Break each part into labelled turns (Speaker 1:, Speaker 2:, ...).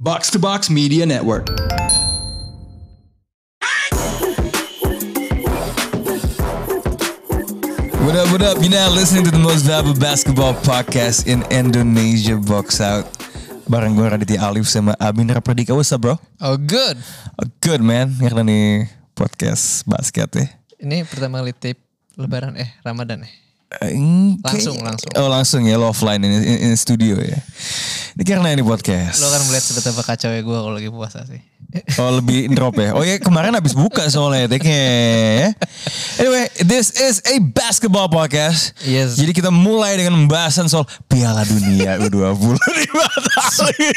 Speaker 1: Box to Box Media Network.
Speaker 2: What up, what up? You're now listening to the most valuable basketball podcast in Indonesia, Box Out. Bareng gue Raditya Alif sama Abin Rapradika. What's up, bro?
Speaker 3: Oh good.
Speaker 2: Oh, good, man. Ngerti nih podcast basket ya.
Speaker 3: Ini pertama kali tape Lebaran eh Ramadan eh.
Speaker 2: Eh, mm,
Speaker 3: Langsung,
Speaker 2: kayak-
Speaker 3: langsung.
Speaker 2: Oh, langsung ya, lo offline in, in, in studio ya. Ini karena ini podcast.
Speaker 3: Lo kan melihat betapa kacau ya gue kalau lagi puasa sih.
Speaker 2: Oh lebih drop ya. Oh ya kemarin habis buka soalnya ya, take Anyway, this is a basketball podcast.
Speaker 3: Yes.
Speaker 2: Jadi kita mulai dengan pembahasan soal Piala Dunia U20 di Bali.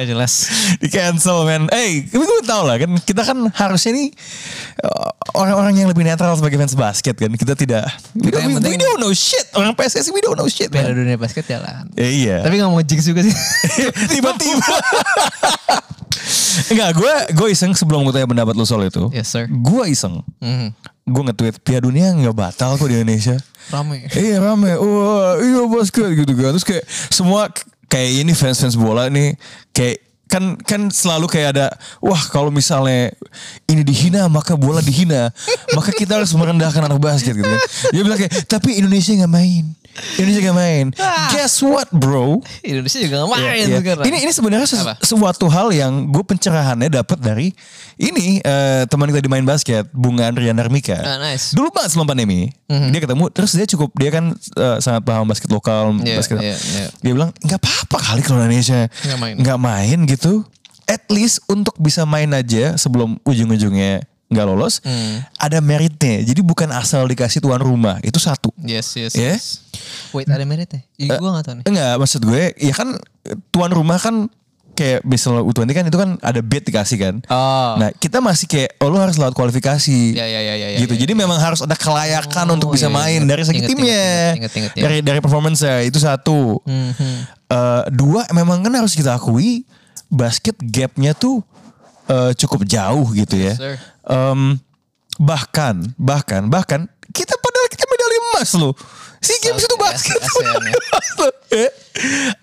Speaker 3: Gak jelas.
Speaker 2: di cancel man. Eh, hey, tapi gue tau lah kan kita kan harusnya nih uh, orang-orang yang lebih netral sebagai fans basket kan. Kita tidak we,
Speaker 3: Kita yang
Speaker 2: we- we
Speaker 3: penting-
Speaker 2: don't know shit. Orang PSSI we don't know shit.
Speaker 3: Piala
Speaker 2: man.
Speaker 3: dunia basket jalan.
Speaker 2: Eh, iya.
Speaker 3: Tapi gak mau jinx juga sih.
Speaker 2: tiba-tiba Enggak, gue gue iseng sebelum gue tanya pendapat lu soal itu.
Speaker 3: Yes, sir.
Speaker 2: Gue iseng.
Speaker 3: Mhm.
Speaker 2: Gue nge-tweet Piala Dunia nggak batal kok di Indonesia.
Speaker 3: Rame.
Speaker 2: iya rame. Wah, iya basket gitu kan. Terus kayak semua k- kayak ini fans-fans bola nih kayak kan kan selalu kayak ada wah kalau misalnya ini dihina maka bola dihina maka kita harus merendahkan anak basket gitu kan dia bilang kayak tapi Indonesia nggak main Indonesia nggak main
Speaker 3: Ah.
Speaker 2: guess what bro
Speaker 3: Indonesia juga gak
Speaker 2: Iya,
Speaker 3: main
Speaker 2: iya.
Speaker 3: sekarang.
Speaker 2: Ini ini sebenarnya sesu-
Speaker 3: kan, Apa?
Speaker 2: suatu hal yang gue pencerahannya dapat dari ini eh, teman kita di main basket Bunga Andrian Darmika.
Speaker 3: Ah, nice.
Speaker 2: Dulu banget sebelum pandemi
Speaker 3: Mhm.
Speaker 2: dia ketemu terus dia cukup dia kan eh, sangat paham basket lokal
Speaker 3: Iya,
Speaker 2: basket.
Speaker 3: iya, iya.
Speaker 2: Dia bilang nggak apa-apa kali kalau Indonesia
Speaker 3: Nggak main."
Speaker 2: nggak main gitu. At least untuk bisa main aja sebelum ujung-ujungnya nggak lolos
Speaker 3: Hmm.
Speaker 2: ada meritnya. Jadi bukan asal dikasih tuan rumah itu satu.
Speaker 3: Yes, yes,
Speaker 2: Iya? Eh,
Speaker 3: yes. Wait, ada merit ya? Ih, gue gak tau nih.
Speaker 2: Enggak, maksud gue ya kan tuan rumah kan kayak misalnya U20 kan itu kan ada bid dikasih kan.
Speaker 3: Oh.
Speaker 2: Nah, kita masih kayak oh lu harus lewat kualifikasi.
Speaker 3: Ya, ya, ya, ya, ya,
Speaker 2: gitu.
Speaker 3: ya,
Speaker 2: Jadi memang harus ada kelayakan
Speaker 3: Oh,
Speaker 2: untuk
Speaker 3: iya,
Speaker 2: bisa
Speaker 3: iya,
Speaker 2: main
Speaker 3: ingat,
Speaker 2: dari segi
Speaker 3: ingat,
Speaker 2: timnya.
Speaker 3: ingat, ingat, ingat, Mhm. ya.
Speaker 2: Dari dari performance itu satu. Eh, dua memang kan harus kita akui basket gapnya tuh eh, cukup jauh gitu
Speaker 3: Yes,
Speaker 2: ya.
Speaker 3: sir.
Speaker 2: Em, bahkan bahkan bahkan kita padahal kita medali emas loh. Si games itu
Speaker 3: Asia-
Speaker 2: basket.
Speaker 3: ASEAN ya.
Speaker 2: Eh,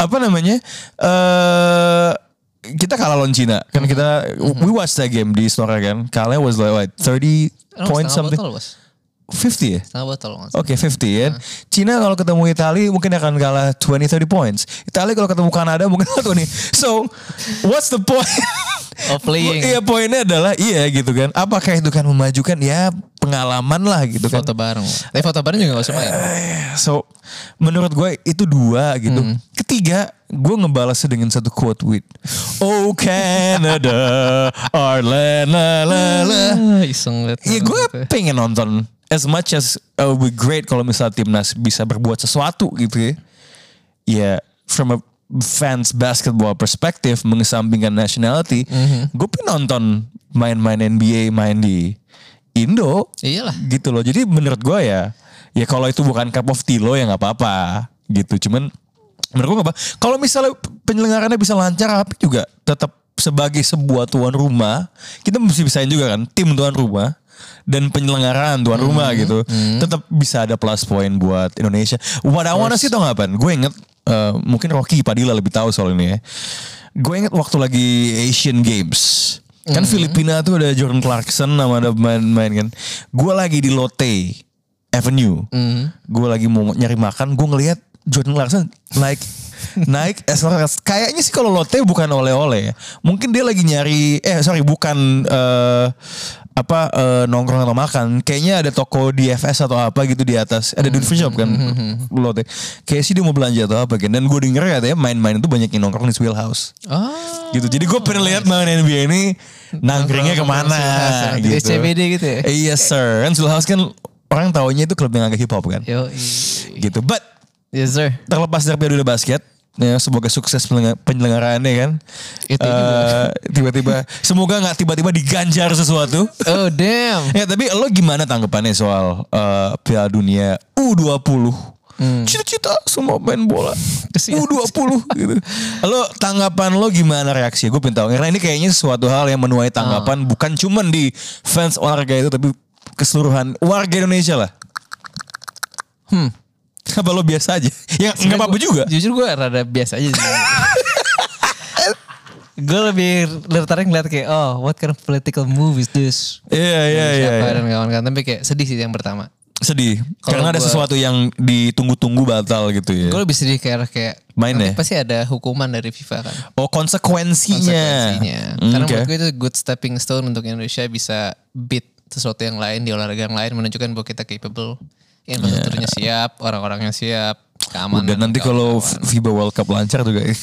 Speaker 2: apa namanya eh kita kalah lawan Cina kan kita
Speaker 3: Mm-hmm.
Speaker 2: we watch that game di Istora kan kalahnya was like what, 30
Speaker 3: Oh,
Speaker 2: point
Speaker 3: setengah
Speaker 2: something
Speaker 3: botol bos.
Speaker 2: 50 ya
Speaker 3: Setengah botol. Mas.
Speaker 2: Oke, 50 ya. Cina kalau ketemu Italia mungkin akan kalah 20 30 points. Italia kalau ketemu Kanada mungkin satu nih. So, what's the point?
Speaker 3: Of playing.
Speaker 2: Iya, poinnya adalah iya gitu kan. Apakah itu kan memajukan ya pengalaman lah gitu kan.
Speaker 3: Foto bareng. Tapi foto bareng juga gak usah main.
Speaker 2: Ah, So menurut gue itu dua gitu. Ketiga gue ngebalasnya dengan satu quote with Oh Canada, our land, la la la.
Speaker 3: Ah, Iseng banget.
Speaker 2: Ya gue pengen nonton as much as uh, we great kalau misalnya timnas bisa berbuat sesuatu gitu ya. Ya from a fans basketball perspective mengesampingkan nationality, gue pengen nonton main-main NBA main di Indo
Speaker 3: Iyalah.
Speaker 2: gitu loh. Jadi menurut gue ya, ya kalau itu bukan cup of tea lo ya nggak apa-apa gitu. Cuman menurut gue nggak apa. Kalau misalnya penyelenggarannya bisa lancar, tapi juga tetap sebagai sebuah tuan rumah, kita mesti bisain juga kan tim tuan rumah dan penyelenggaraan tuan rumah gitu. Tetap bisa ada plus point buat Indonesia. What I wanna see tau nggak, Pan? Gue inget eh, mungkin Rocky Padilla lebih tahu soal ini ya. Gue inget waktu lagi Asian Games. Kan Filipina tuh ada Jordan Clarkson sama ada main-main kan. Gue lagi di Lotte Avenue. Gue Hmm? lagi mau nyari makan, gue ngelihat Jordan Clarkson naik naik SLRS. Kayaknya sih kalau Lotte bukan oleh-oleh ya. Mungkin dia lagi nyari eh sorry bukan eh, apa eh, nongkrong atau makan. Kayaknya ada toko DFS atau apa gitu di atas.
Speaker 3: Hmm,
Speaker 2: Ada duty free shop kan Lotte. Kayak sih dia mau belanja atau apa kan. Dan gue denger katanya main-main itu banyak yang nongkrong di Swill House
Speaker 3: Ah.
Speaker 2: gitu. Jadi gue pengen lihat main NBA ini nangkringnya kemana
Speaker 3: Di
Speaker 2: gitu.
Speaker 3: SCBD gitu ya?
Speaker 2: Eh, Iya sir. Kan Soul House kan orang taunya itu klub yang agak hip hop kan.
Speaker 3: Yo.
Speaker 2: Gitu. But
Speaker 3: Yes sir.
Speaker 2: terlepas dari Piala Dunia basket, ya, semoga sukses penyelenggara- penyelenggaraannya kan.
Speaker 3: Itu
Speaker 2: Eh,
Speaker 3: juga.
Speaker 2: tiba-tiba semoga nggak tiba-tiba diganjar sesuatu.
Speaker 3: Oh damn.
Speaker 2: Ya tapi lo gimana tanggapannya soal eh, Piala Dunia U20? Cita-cita semua main bola
Speaker 3: Hmm. Kesian.
Speaker 2: U20 gitu. Lo tanggapan lo gimana reaksi? Gue pengen tahu. Karena ini kayaknya sesuatu hal yang
Speaker 3: Ah.
Speaker 2: menuai tanggapan bukan cuman di fans olahraga itu tapi keseluruhan warga Indonesia lah. Hmm. Apa lo biasa aja? Ya nggak apa-apa juga.
Speaker 3: Jujur gue rada biasa aja sih. gue lebih tertarik ngeliat kayak oh what kind of political move is this?
Speaker 2: Iya iya iya.
Speaker 3: Siapa
Speaker 2: iya.
Speaker 3: dan kawan-kawan tapi kayak sedih sih yang pertama.
Speaker 2: Sedih.
Speaker 3: Kalau
Speaker 2: Karena ada
Speaker 3: gua-
Speaker 2: sesuatu yang ditunggu-tunggu batal gitu ya.
Speaker 3: Gue lebih sedih ke arah kayak
Speaker 2: Main
Speaker 3: nanti
Speaker 2: ya?
Speaker 3: pasti ada hukuman dari FIFA kan.
Speaker 2: Oh konsekuensinya.
Speaker 3: konsekuensinya.
Speaker 2: Mm,
Speaker 3: Karena
Speaker 2: oke.
Speaker 3: menurut gue itu good stepping stone untuk Indonesia bisa beat sesuatu yang lain di olahraga yang lain menunjukkan bahwa kita capable. Infrastrukturnya siap, orang-orangnya siap, keamanan.
Speaker 2: Dan Iya. nanti kalau FIBA World Cup lancar juga. eh.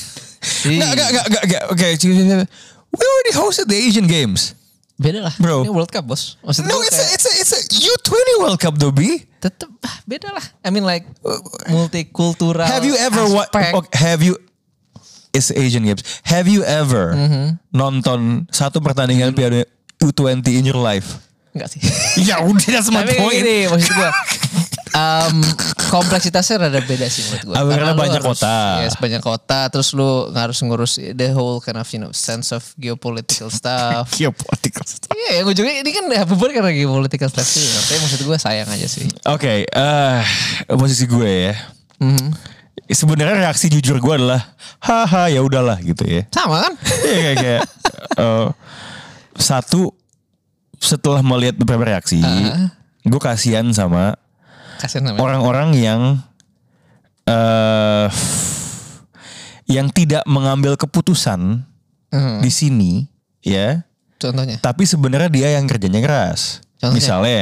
Speaker 3: Ih.
Speaker 2: Nggak, nggak, nggak, nggak, nggak. Oke, cuy, cuy, cuy. we already hosted the Asian Games.
Speaker 3: beda lah.
Speaker 2: Bro.
Speaker 3: Ini World Cup bos. Maksud
Speaker 2: No,
Speaker 3: gue
Speaker 2: it's a,
Speaker 3: kayak
Speaker 2: it's a, it's a U20 World Cup, Dobi.
Speaker 3: tetep ah, beda lah. I mean like multikultural.
Speaker 2: Have you ever what?
Speaker 3: aspek.
Speaker 2: have you? It's Asian Games. Have you ever nonton satu pertandingan Piala U20 in your life?
Speaker 3: Enggak sih.
Speaker 2: Mm-hmm. ya udah, that's my
Speaker 3: Tapi kayak
Speaker 2: point.
Speaker 3: gini maksud gue. Um, kompleksitasnya rada beda sih menurut gue.
Speaker 2: Ah, karena
Speaker 3: lu
Speaker 2: banyak
Speaker 3: harus-
Speaker 2: kota.
Speaker 3: Yes, banyak kota. Terus lu harus ngurus the whole kind of you know sense of geopolitical stuff.
Speaker 2: Geopolitical stuff.
Speaker 3: Iya, yang ujungnya ini kan ya beban karena geopolitical stuff sih. Tapi maksud gue sayang aja sih.
Speaker 2: Oke, eh posisi gue ya. Sebenarnya reaksi jujur gue adalah, haha ya udahlah gitu ya.
Speaker 3: Sama kan?
Speaker 2: Iya, kayak, kayak eh, satu setelah melihat beberapa reaksi, gue kasihan sama
Speaker 3: Kasian sama.
Speaker 2: orang-orang yang eh yang tidak mengambil keputusan
Speaker 3: Hmm.
Speaker 2: di sini, ya.
Speaker 3: Contohnya.
Speaker 2: Tapi sebenarnya dia yang kerjanya keras.
Speaker 3: Contohnya?
Speaker 2: Misalnya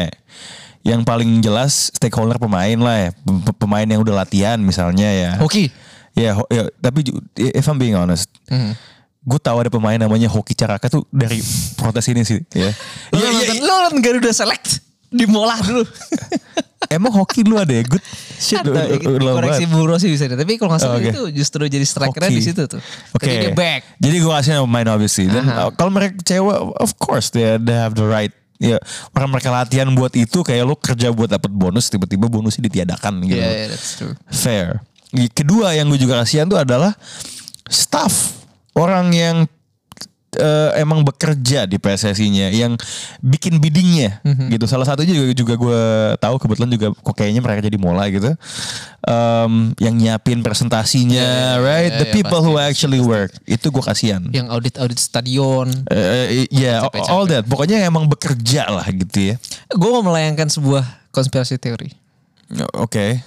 Speaker 2: yang paling jelas stakeholder pemain lah ya, P- pemain yang udah latihan misalnya ya.
Speaker 3: Hoki.
Speaker 2: Ya, ho- ya, tapi ju- if I'm being honest,
Speaker 3: Hmm.
Speaker 2: gue tahu ada pemain namanya Hoki Caraka tuh dari protes ini sih. Ya.
Speaker 3: Lo
Speaker 2: Ya, ya,
Speaker 3: nonton, lo nonton Garuda Select di mola dulu.
Speaker 2: emang Hoki lu ada ya? Good shit. lu-
Speaker 3: Ada, ya, gitu.
Speaker 2: lu- lu- lu-
Speaker 3: koreksi Buro sih bisa deh. Tapi kalau nggak salah
Speaker 2: Oh, oke.
Speaker 3: itu justru jadi strikernya
Speaker 2: Hoki.
Speaker 3: di situ tuh.
Speaker 2: Oke.
Speaker 3: Jadi dia back.
Speaker 2: Jadi gue kasih nama main obviously. Dan
Speaker 3: Aha.
Speaker 2: uh, kalau mereka kecewa, of course they, they have the right. Ya, orang mereka latihan buat itu kayak lu kerja buat dapat bonus tiba-tiba bonusnya ditiadakan
Speaker 3: Iya,
Speaker 2: gitu.
Speaker 3: yeah, yeah, that's true.
Speaker 2: Fair. Y- Kedua yang gue juga kasihan tuh adalah staff orang yang eh, emang bekerja di PSSI-nya yang bikin biddingnya
Speaker 3: Mhm.
Speaker 2: gitu. Salah satunya juga juga gue tahu kebetulan juga kok kayaknya mereka jadi mola gitu. Em, yang nyiapin
Speaker 3: Iya,
Speaker 2: presentasinya,
Speaker 3: iya,
Speaker 2: right?
Speaker 3: iya,
Speaker 2: The
Speaker 3: iya,
Speaker 2: people who
Speaker 3: pasti, Iya.
Speaker 2: actually work itu gue kasihan. Eh,
Speaker 3: Yang audit-audit stadion.
Speaker 2: eh, iya,
Speaker 3: Capek-capek.
Speaker 2: all that. Pokoknya emang bekerja lah gitu ya.
Speaker 3: Gue mau melayangkan sebuah konspirasi teori.
Speaker 2: Oke.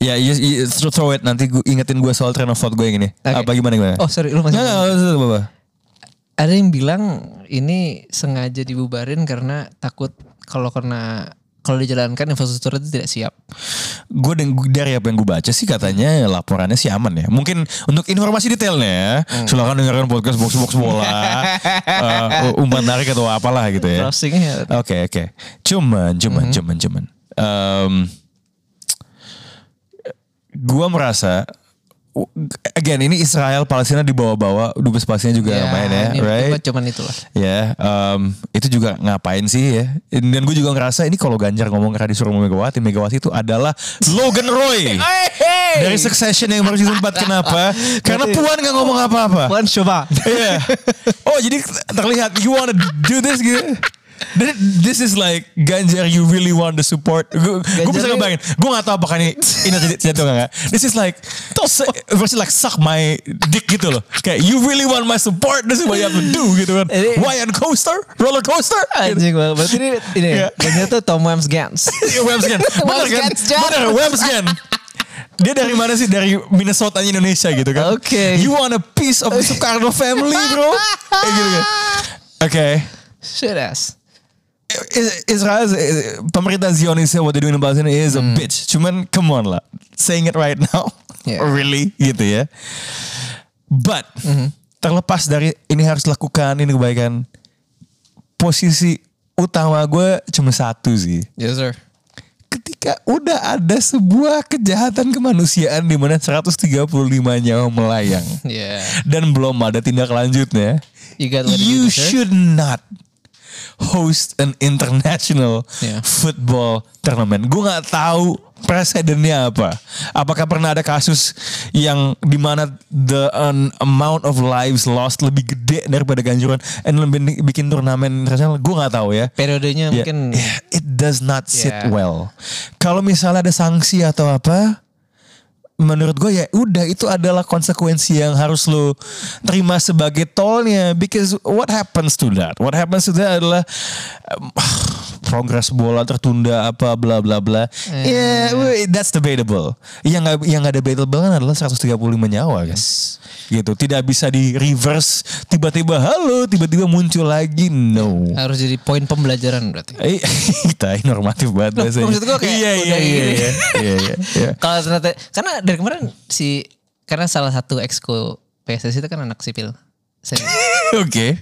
Speaker 2: Ya, you- you- throw- throw it nanti gue ingetin gue soal train of thought gue yang ini.
Speaker 3: Oke.
Speaker 2: Apa gimana gimana?
Speaker 3: Oh, sorry, lu masih-
Speaker 2: Eh. Nggak, nggak, nggak, nggak, nggak.
Speaker 3: Ada yang bilang ini sengaja dibubarin karena takut kalau kena kalau dijalankan infrastruktur itu tidak siap.
Speaker 2: Gue deng- dari apa yang gue baca sih katanya laporannya sih aman ya. Mungkin untuk informasi detailnya
Speaker 3: Hmm.
Speaker 2: silahkan dengarkan podcast box box bola, eh, umpan tarik atau apalah gitu ya.
Speaker 3: Crossingnya
Speaker 2: Oke oke. Cuman cuman
Speaker 3: Hmm.
Speaker 2: cuman cuman. Em, gua merasa w- again ini Israel Palestina dibawa-bawa dubes Palestina juga main ya,
Speaker 3: Iya, ini
Speaker 2: right?
Speaker 3: Cuman itulah.
Speaker 2: Ya, em, itu juga ngapain sih ya? Dan gue juga ngerasa ini kalau Ganjar ngomong karena disuruh sama Megawati, Megawati itu adalah Logan Roy dari Succession yang baru season 4. Kenapa? Karena Puan nggak ngomong apa-apa.
Speaker 3: Puan coba.
Speaker 2: Iya. Oh jadi terlihat you wanna do this gitu. Th- This is like Ganjar you really want the support. Gue bisa
Speaker 3: Ganjar ini-
Speaker 2: ngebayangin. Gue gak tau apakah ini ini nanti jatuh gak, This is like se- versi like suck my dick gitu loh. Kayak you really want my support. This is what you have to do gitu kan.
Speaker 3: Ini-
Speaker 2: Why on coaster? Roller coaster? Gitu.
Speaker 3: Anjing banget. Berarti ini ini
Speaker 2: Iya.
Speaker 3: Ganjar tuh Tom Wams Gans.
Speaker 2: Websgen. Bener kan?
Speaker 3: Websgen, Jar.
Speaker 2: Bener Websgen. Dia dari mana sih? Dari Minnesota Indonesia gitu kan.
Speaker 3: Oke.
Speaker 2: You want a piece of the Soekarno family bro? Kayak gitu kan. Oke.
Speaker 3: Shit ass.
Speaker 2: Is- Eh, Israel, eh, is- pemerintah Zionis what they doing in Palestine is a bitch. Cuman come on lah, saying it right now,
Speaker 3: Yeah.
Speaker 2: really gitu ya. But terlepas dari ini harus lakukan ini kebaikan, posisi utama gue cuma satu sih.
Speaker 3: Yes sir.
Speaker 2: Ketika udah ada sebuah kejahatan kemanusiaan di mana 135 nyawa melayang
Speaker 3: Yeah.
Speaker 2: dan belum ada tindak lanjutnya,
Speaker 3: You got what you
Speaker 2: you
Speaker 3: deserve.
Speaker 2: should not host an international
Speaker 3: Yeah.
Speaker 2: football tournament. Gue nggak tahu presidennya apa. Apakah pernah ada kasus yang dimana the an amount of lives lost lebih gede daripada ganjuran and lebih bikin turnamen internasional? Gue nggak tahu ya.
Speaker 3: Periodenya
Speaker 2: Ya,
Speaker 3: mungkin
Speaker 2: ya, it does not sit
Speaker 3: Yeah.
Speaker 2: well. Kalau misalnya ada sanksi atau apa, menurut gue ya udah itu adalah konsekuensi yang harus lo terima sebagai tolnya because what happens to that what happens to that adalah um, progres bola tertunda apa bla bla bla
Speaker 3: Hmm.
Speaker 2: yeah, we- that's debatable yang nggak yang nggak debatable kan adalah 135 nyawa guys gitu tidak bisa di reverse tiba-tiba halo tiba-tiba muncul lagi no
Speaker 3: Harus jadi poin pembelajaran berarti.
Speaker 2: Eh, kita normatif banget
Speaker 3: Loh,
Speaker 2: bahasanya.
Speaker 3: maksud gua kayak udah
Speaker 2: iya, iya, iya,
Speaker 3: gini.
Speaker 2: iya, iya, iya, iya.
Speaker 3: Kalau ternyata karena dari kemarin si karena salah satu exco PSSI itu kan anak sipil. Saya-
Speaker 2: Oke.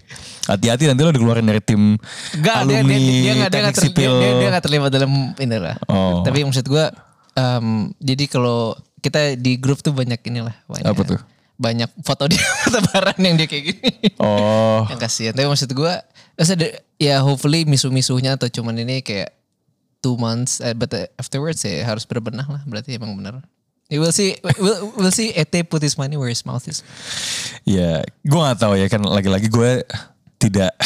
Speaker 2: Hati-hati nanti lo dikeluarin dari tim
Speaker 3: Enggak, dia
Speaker 2: alumni
Speaker 3: dia dia enggak dia
Speaker 2: teknik
Speaker 3: enggak ter, dia,
Speaker 2: sipil.
Speaker 3: dia, dia nggak terlibat dalam ini lah.
Speaker 2: Oh.
Speaker 3: Tapi maksud gua em, jadi kalau kita di grup tuh banyak inilah banyak.
Speaker 2: Apa tuh?
Speaker 3: Banyak foto dia tebaran yang dia kayak gini.
Speaker 2: Oh,
Speaker 3: Yang kasihan. Tapi maksud gua maksudnya de- ya hopefully misu-misuhnya atau cuman ini kayak two months eh, but eh, afterwards ya harus berbenah lah berarti emang bener. We will see we'll, we'll see ET put his money where his mouth is.
Speaker 2: ya, gue gak tahu ya kan lagi-lagi gue tidak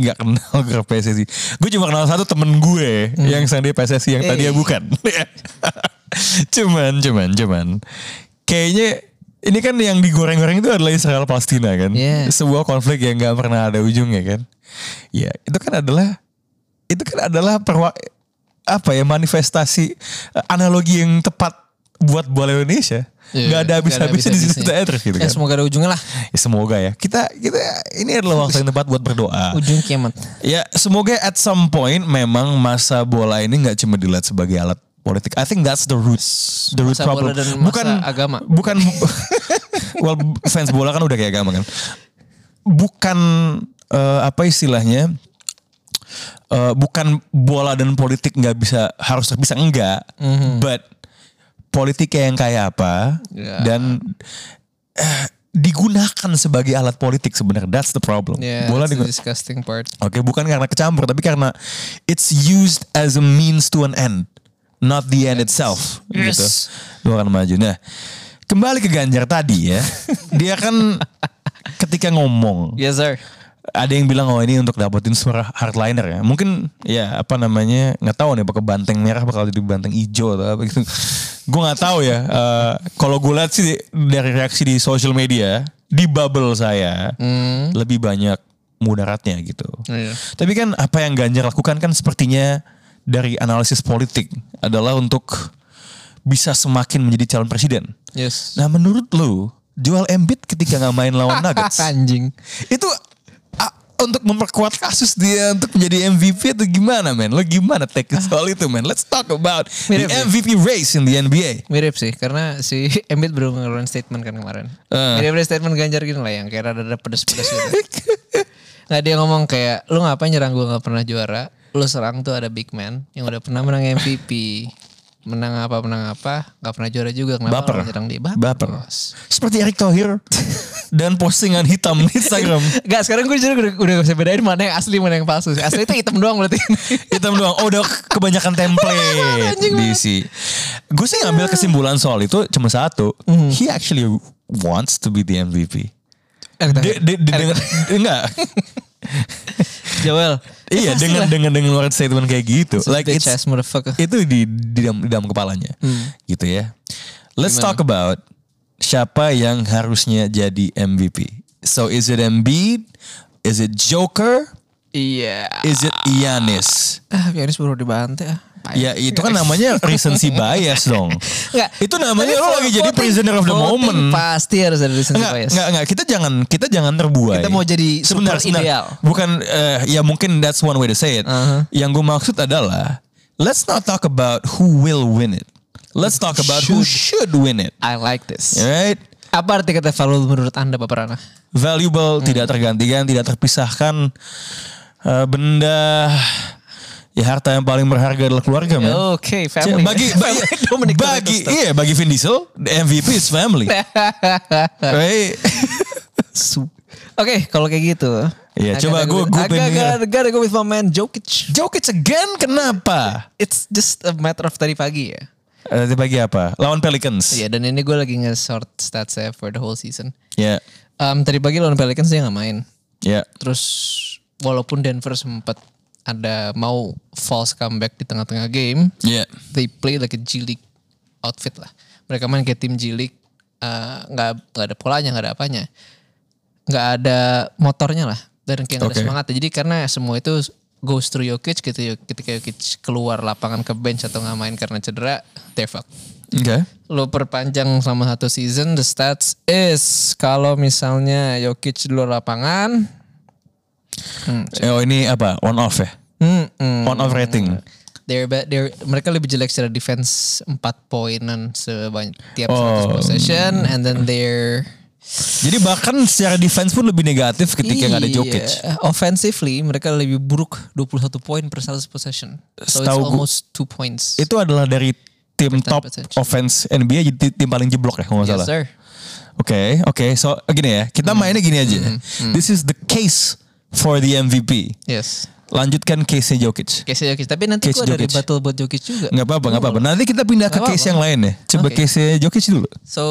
Speaker 2: nggak kenal grup PSSI. Gue cuma kenal satu temen gue
Speaker 3: Hmm.
Speaker 2: yang sendiri PSSI yang
Speaker 3: Iya.
Speaker 2: tadi ya bukan. cuman, cuman, cuman. Kayaknya ini kan yang digoreng-goreng itu adalah Israel Palestina kan.
Speaker 3: Iya.
Speaker 2: Sebuah konflik yang nggak pernah ada ujungnya kan. Ya, itu kan adalah itu kan adalah perwa, apa ya manifestasi eh, analogi yang tepat buat bola Indonesia.
Speaker 3: Iya,
Speaker 2: nggak ada habis-habisnya di situ
Speaker 3: habis-habisnya.
Speaker 2: terus gitu
Speaker 3: Ya
Speaker 2: kan.
Speaker 3: semoga ada ujungnya lah.
Speaker 2: Ya, semoga ya. Kita kita ini adalah waktu yang tepat buat berdoa.
Speaker 3: Ujung kiamat.
Speaker 2: Ya, semoga at some point memang masa bola ini nggak cuma dilihat sebagai alat politik. I think that's the root the root
Speaker 3: Masa
Speaker 2: problem.
Speaker 3: bola dan masa
Speaker 2: bukan
Speaker 3: agama.
Speaker 2: Bukan well fans bola kan udah kayak agama kan. Bukan eh, apa istilahnya? eh, bukan bola dan politik nggak bisa harus bisa enggak, but politiknya yang kayak apa
Speaker 3: Mhm. Ya.
Speaker 2: dan eh, digunakan sebagai alat politik sebenarnya that's the problem.
Speaker 3: Yeah, Ya, that's
Speaker 2: bola
Speaker 3: the
Speaker 2: digun-
Speaker 3: disgusting part.
Speaker 2: Oke, bukan karena kecampur, tapi karena it's used as a means to an end, not the end itself.
Speaker 3: Yes.
Speaker 2: Gitu. Bukan maju. Nah, kembali ke Ganjar tadi ya, dia kan ketika ngomong
Speaker 3: Yes sir.
Speaker 2: ada yang bilang oh ini untuk dapetin suara hardliner ya. Mungkin ya apa namanya nggak tahu nih pakai banteng merah bakal jadi banteng hijau atau apa gitu. gue nggak tahu ya. Eh, Kalau gue lihat sih dari reaksi di social media di bubble saya lebih banyak mudaratnya gitu.
Speaker 3: Iya.
Speaker 2: Tapi kan apa yang Ganjar lakukan kan sepertinya dari analisis politik adalah untuk bisa semakin menjadi calon presiden.
Speaker 3: Yes.
Speaker 2: Nah menurut lu Joel Embiid ketika nggak main lawan Nuggets
Speaker 3: Anjing.
Speaker 2: itu ah, untuk memperkuat kasus dia untuk menjadi MVP atau gimana men? Lo gimana take soal itu men? Let's talk about the
Speaker 3: Ah. Mirip sih.
Speaker 2: MVP race in the NBA.
Speaker 3: Mirip sih karena si Embiid baru ngeluarin statement kan kemarin.
Speaker 2: Eh.
Speaker 3: Mirip mirip statement Ganjar gini lah yang kayak rada-rada pedes-pedes gitu. Nah dia ngomong kayak lu ngapain nyerang gue nggak pernah juara? Lu serang tuh ada big man yang udah pernah menang MVP, menang apa menang apa, nggak pernah juara juga kenapa
Speaker 2: Baper.
Speaker 3: lu nyerang dia?
Speaker 2: Baper.
Speaker 3: bos.
Speaker 2: Seperti Erick Thohir dan postingan hitam di Instagram.
Speaker 3: Gak sekarang gue justru udah, udah gak bisa bedain mana yang asli mana yang palsu. Asli itu hitam doang berarti.
Speaker 2: Hitam doang. Oh udah kebanyakan template
Speaker 3: Anjing banget. Ah.
Speaker 2: diisi. Gue sih ngambil kesimpulan soal itu cuma satu.
Speaker 3: Hmm.
Speaker 2: He actually wants to be the MVP.
Speaker 3: Nah, Erick Thohir.
Speaker 2: Dia- dia- dia dengan- enggak.
Speaker 3: Eh, Joel.
Speaker 2: Iya, dengan dengan dengan luar statement kayak gitu.
Speaker 3: like
Speaker 2: Like
Speaker 3: bitch
Speaker 2: it's
Speaker 3: ass motherfucker.
Speaker 2: itu di di dalam, di dalam kepalanya
Speaker 3: Hmm.
Speaker 2: gitu ya let's talk about siapa yang harusnya jadi MVP so is it Embiid is it Joker
Speaker 3: Iya.
Speaker 2: is it Giannis
Speaker 3: Ah, Pianis baru dibantai ah. Pahit.
Speaker 2: ya itu kan namanya recency bias dong
Speaker 3: Nggak.
Speaker 2: itu namanya
Speaker 3: Tapi
Speaker 2: lo
Speaker 3: vo-
Speaker 2: lagi jadi
Speaker 3: voting-
Speaker 2: prisoner of the
Speaker 3: voting
Speaker 2: moment
Speaker 3: Pasti harus ada recency
Speaker 2: Enggak,
Speaker 3: bias.
Speaker 2: enggak, enggak. Kita jangan, kita jangan terbuai.
Speaker 3: Kita mau jadi super ideal. Uh-huh.
Speaker 2: Bukan, eh, ya mungkin that's one way to say it. Yang gue maksud adalah, let's not talk about who will win it. Let's talk about who should win it.
Speaker 3: I like this.
Speaker 2: Right?
Speaker 3: Apa arti kata valuable menurut Anda Bapak Rana? Hmm.
Speaker 2: Valuable, tidak tergantikan, tidak terpisahkan. eh, benda, ya harta yang paling berharga adalah keluarga, man.
Speaker 3: Oke,
Speaker 2: Ya,
Speaker 3: Oh, family.
Speaker 2: bagi bagi,
Speaker 3: Dominic
Speaker 2: bagi
Speaker 3: Toretto.
Speaker 2: iya bagi Vin Diesel the MVP is family. right?
Speaker 3: Su- Oke, kalau kayak gitu. I
Speaker 2: Iya, coba
Speaker 3: gotta
Speaker 2: gua-
Speaker 3: go-
Speaker 2: gua
Speaker 3: I
Speaker 2: pengen
Speaker 3: gotta- gotta go with my man Jokic.
Speaker 2: Jokic again kenapa?
Speaker 3: It's just a matter of tadi pagi ya.
Speaker 2: Eh, Nanti pagi apa? Lawan Pelicans.
Speaker 3: Iya, dan ini gue lagi nge-sort statsnya for the whole season.
Speaker 2: Ya.
Speaker 3: Um, tadi pagi lawan Pelicans dia nggak main.
Speaker 2: Ya.
Speaker 3: Terus walaupun Denver sempat ada mau false comeback di tengah-tengah game,
Speaker 2: Ya.
Speaker 3: they play like a G League outfit lah. mereka main kayak tim jilik eh, nggak nggak ada polanya nggak ada apanya nggak ada motornya lah dan kayak nggak ada
Speaker 2: Oke.
Speaker 3: semangat jadi karena semua itu goes through Jokic gitu ketika Jokic keluar lapangan ke bench atau nggak main karena cedera they fuck
Speaker 2: Enggak.
Speaker 3: lo perpanjang sama satu season the stats is kalau misalnya Jokic di luar lapangan
Speaker 2: Eh, Oh ini apa? On off ya?
Speaker 3: hmm, hmm,
Speaker 2: On off rating.
Speaker 3: they're, ba- they're- mereka lebih jelek secara defense 4 poinan sebanyak tiap 100
Speaker 2: Oh.
Speaker 3: possession and then they're
Speaker 2: Jadi bahkan secara defense pun lebih negatif ketika nggak ada Jokic.
Speaker 3: Iya. Offensively mereka lebih buruk 21 poin per 100 possession. So
Speaker 2: Setahu
Speaker 3: it's
Speaker 2: gua-
Speaker 3: almost 2 points.
Speaker 2: Itu adalah dari tim top
Speaker 3: percentage.
Speaker 2: offense NBA jadi tim paling jeblok ya kalau nggak
Speaker 3: yes,
Speaker 2: salah.
Speaker 3: sir. Hmm.
Speaker 2: Oke, oke. So gini ya, kita mainnya gini aja. This is the case for the MVP.
Speaker 3: Yes.
Speaker 2: Lanjutkan case-nya Jokic.
Speaker 3: Case Jokic. Tapi nanti
Speaker 2: Case
Speaker 3: gua ada
Speaker 2: Jokic.
Speaker 3: battle buat Jokic juga.
Speaker 2: Nggak apa-apa, nggak apa-apa. Nanti kita pindah ke
Speaker 3: Hmm. Nggak
Speaker 2: case
Speaker 3: apa-apa.
Speaker 2: yang lain ya. Coba
Speaker 3: Oke.
Speaker 2: case-nya Jokic dulu.
Speaker 3: So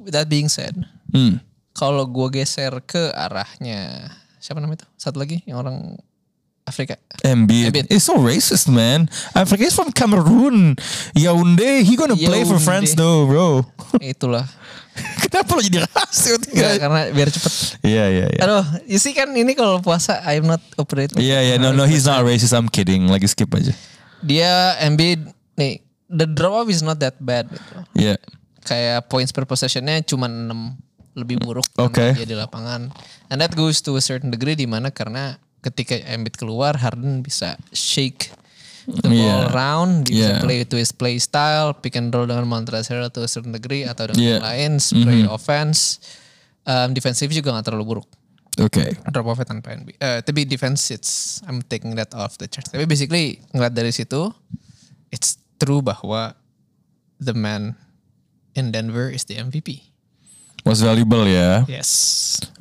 Speaker 3: with that being said,
Speaker 2: Hmm.
Speaker 3: kalau gua geser ke arahnya siapa namanya itu? Satu lagi yang orang Afrika.
Speaker 2: Embiid.
Speaker 3: Embiid.
Speaker 2: It's so racist, man. Africa is from Cameroon. Yaoundé, he gonna play for
Speaker 3: Yaoundé.
Speaker 2: France though, bro.
Speaker 3: Itulah.
Speaker 2: Kenapa lo jadi rasis?
Speaker 3: Nggak, karena biar cepet.
Speaker 2: Iya, iya, iya.
Speaker 3: Aduh, you see kan ini kalau puasa I'm not operating.
Speaker 2: Iya, iya. No, no, he's not racist. I'm kidding. Lagi skip aja.
Speaker 3: Dia Embiid nih the drop off is not that bad gitu.
Speaker 2: Iya.
Speaker 3: kayak points per possessionnya cuma 6 lebih buruk
Speaker 2: Oke.
Speaker 3: dia di lapangan. And that goes to a certain degree di mana karena ketika Embiid keluar Harden bisa shake the ball
Speaker 2: Yeah.
Speaker 3: around, dia
Speaker 2: Yeah.
Speaker 3: bisa play to his play style, pick and roll dengan Montrezl to a certain degree atau dengan
Speaker 2: Yeah.
Speaker 3: yang lain, spray offense. Um, defensive juga gak terlalu buruk.
Speaker 2: Oke.
Speaker 3: Drop off tanpa Embiid. Eh, tapi defense it's I'm taking that off the chart. Tapi basically ngeliat dari situ it's true bahwa the man in Denver is the MVP.
Speaker 2: Was valuable ya.
Speaker 3: Yes.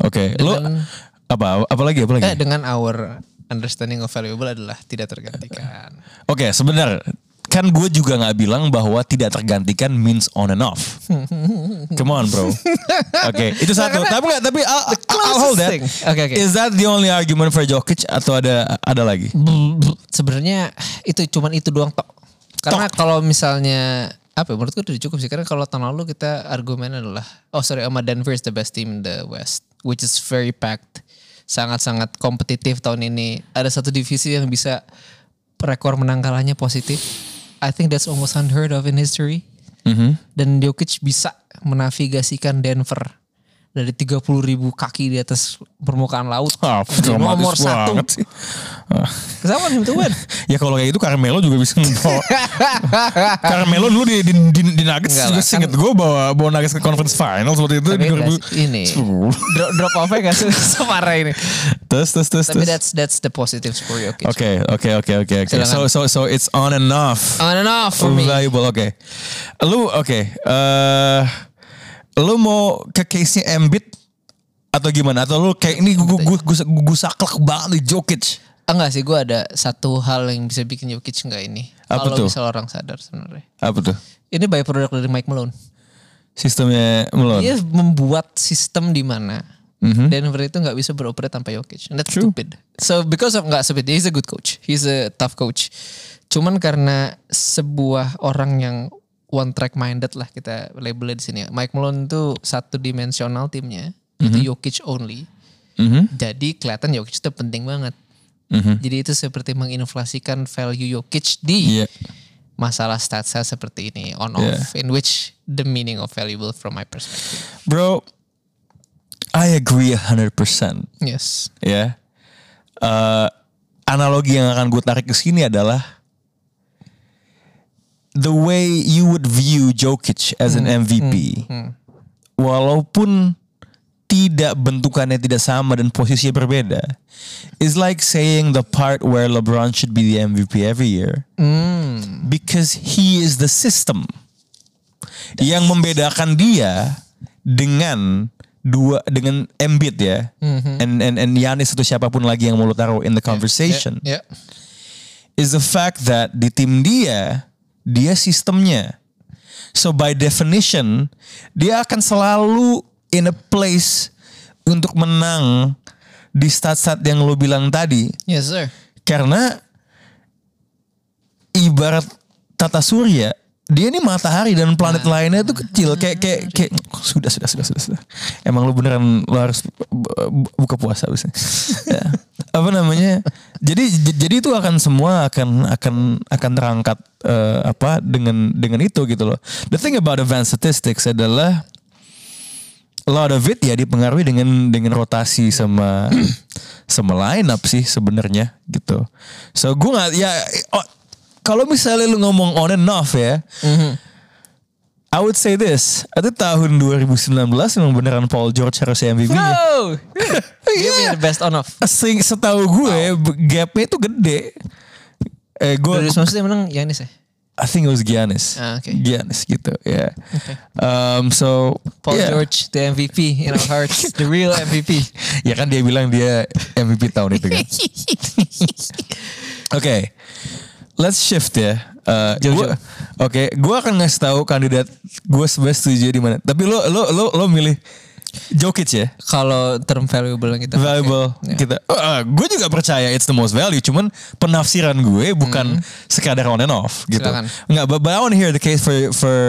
Speaker 2: Oke. Lo
Speaker 3: Dengan-
Speaker 2: apa? Apa lagi? Apa lagi?
Speaker 3: Eh, dengan our understanding of valuable adalah tidak tergantikan.
Speaker 2: Oke, sebentar. Kan gue juga nggak bilang bahwa tidak tergantikan means on and off. Come on, bro. Oke, itu satu. tapi nggak, tapi I'll, I'll hold that.
Speaker 3: thing. Oke, Nah, oke.
Speaker 2: Is that the only argument for Jokic atau ada ada lagi?
Speaker 3: Sebenarnya itu cuman itu doang tok. Karena kalau misalnya apa ya, menurutku udah cukup sih karena kalau tahun lalu kita argumen adalah oh sorry sama Denver is the best team in the West which is very packed sangat-sangat kompetitif tahun ini ada satu divisi yang bisa rekor menang kalahnya positif I think that's almost unheard of in history dan Jokic bisa menavigasikan Denver dari 30 ribu kaki di atas permukaan laut
Speaker 2: Ah,
Speaker 3: Jadi
Speaker 2: dramatis
Speaker 3: nomor satu
Speaker 2: banget sih. Ah.
Speaker 3: Sama kan? him to win.
Speaker 2: Ya kalau kayak itu Carmelo juga bisa ngebawa. Carmelo dulu di, di, di, di Nuggets
Speaker 3: Enggak
Speaker 2: juga
Speaker 3: lah, kan-
Speaker 2: singkat gue bawa bawa Nuggets ke conference final waktu itu
Speaker 3: Tapi
Speaker 2: di
Speaker 3: nggak sih, ini
Speaker 2: 2010.
Speaker 3: drop, drop off-nya gak sih separah ini.
Speaker 2: Terus terus terus.
Speaker 3: Tapi
Speaker 2: terus.
Speaker 3: that's that's the positive for Jokic.
Speaker 2: Oke, oke, oke, oke, oke.
Speaker 3: Silakan.
Speaker 2: So, so, so it's on and off.
Speaker 3: On and off for me.
Speaker 2: Valuable, oke. Lu, oke. eh, lu mau ke case-nya Embiid atau gimana? Atau lu kayak ini gue gue gue gue saklek banget nih Jokic.
Speaker 3: Ah, Enggak sih, gue ada satu hal yang bisa bikin Jokic enggak ini.
Speaker 2: Apa
Speaker 3: Kalau
Speaker 2: tuh?
Speaker 3: misal orang sadar sebenarnya.
Speaker 2: Apa tuh?
Speaker 3: Ini byproduct dari Mike Malone.
Speaker 2: Sistemnya Melon.
Speaker 3: Dia membuat sistem di mana Denver itu nggak bisa beroperasi tanpa Jokic. And that's
Speaker 2: Mhm. True.
Speaker 3: stupid. So because of nggak stupid, he's a good coach. He's a tough coach. Cuman karena sebuah orang yang one track minded lah kita labelnya di sini. ya. Mike Malone tuh satu dimensional timnya, itu Jokic only.
Speaker 2: Mhm.
Speaker 3: Jadi kelihatan Jokic itu penting banget. Jadi itu seperti menginflasikan value Jokic di
Speaker 2: Iya.
Speaker 3: masalah statsnya seperti ini on off in which the meaning of valuable from my perspective.
Speaker 2: Bro, I agree 100%.
Speaker 3: Yes.
Speaker 2: Ya. Eh, analogi yang akan gue tarik ke sini adalah the way you would view Jokic as an MVP. Walaupun tidak bentukannya tidak sama dan posisinya berbeda. It's like saying the part where LeBron should be the MVP every year. Because he is the system. Yang membedakan dia dengan dua dengan Embiid ya. And and and Giannis atau siapapun lagi yang mau lo taruh in the conversation
Speaker 3: Yeah.
Speaker 2: is the fact that di tim dia, dia sistemnya. So by definition, dia akan selalu in a place untuk menang di stat-stat yang lo bilang tadi.
Speaker 3: Yes, sir.
Speaker 2: Karena ibarat tata surya, dia ini matahari dan planet lainnya itu kecil kayak kayak kayak sudah sudah sudah sudah sudah emang lu beneran lu harus bu- bu- buka puasa abis ini. Ya. apa namanya jadi j- jadi itu akan semua akan akan akan terangkat eh, apa dengan dengan itu gitu loh the thing about advanced statistics adalah a lot of it ya dipengaruhi dengan dengan rotasi sama sama line up sih sebenarnya gitu. So gue nggak ya oh, kalau misalnya lu ngomong on and off ya,
Speaker 3: Mm-hmm.
Speaker 2: I would say this. Itu tahun 2019 memang beneran Paul George harus MVP. -nya.
Speaker 3: Wow. Dia punya
Speaker 2: Iya.
Speaker 3: the best on off.
Speaker 2: ya. Sing setahu gue gapnya itu gede. Eh gue
Speaker 3: 2019 dia menang Yanis ya.
Speaker 2: I think it was Giannis.
Speaker 3: Ah, oke.
Speaker 2: Giannis gitu, ya. Um, so
Speaker 3: Paul
Speaker 2: yeah.
Speaker 3: George the MVP in our hearts, the real MVP.
Speaker 2: ya kan dia bilang dia MVP tahun itu kan. Oke, let's shift ya. Eh, gua- Oke, gua akan ngasih tahu kandidat gue sebenarnya setuju di mana. Tapi lo lo lo lo milih Jokic ya,
Speaker 3: Kalau term valuable yang kita pakai.
Speaker 2: valuable
Speaker 3: Ya.
Speaker 2: kita. gue juga percaya it's the most value. Cuman penafsiran gue bukan sekadar on and off gitu.
Speaker 3: Hmm. Silakan.
Speaker 2: Nggak, but, but I want hear the case for for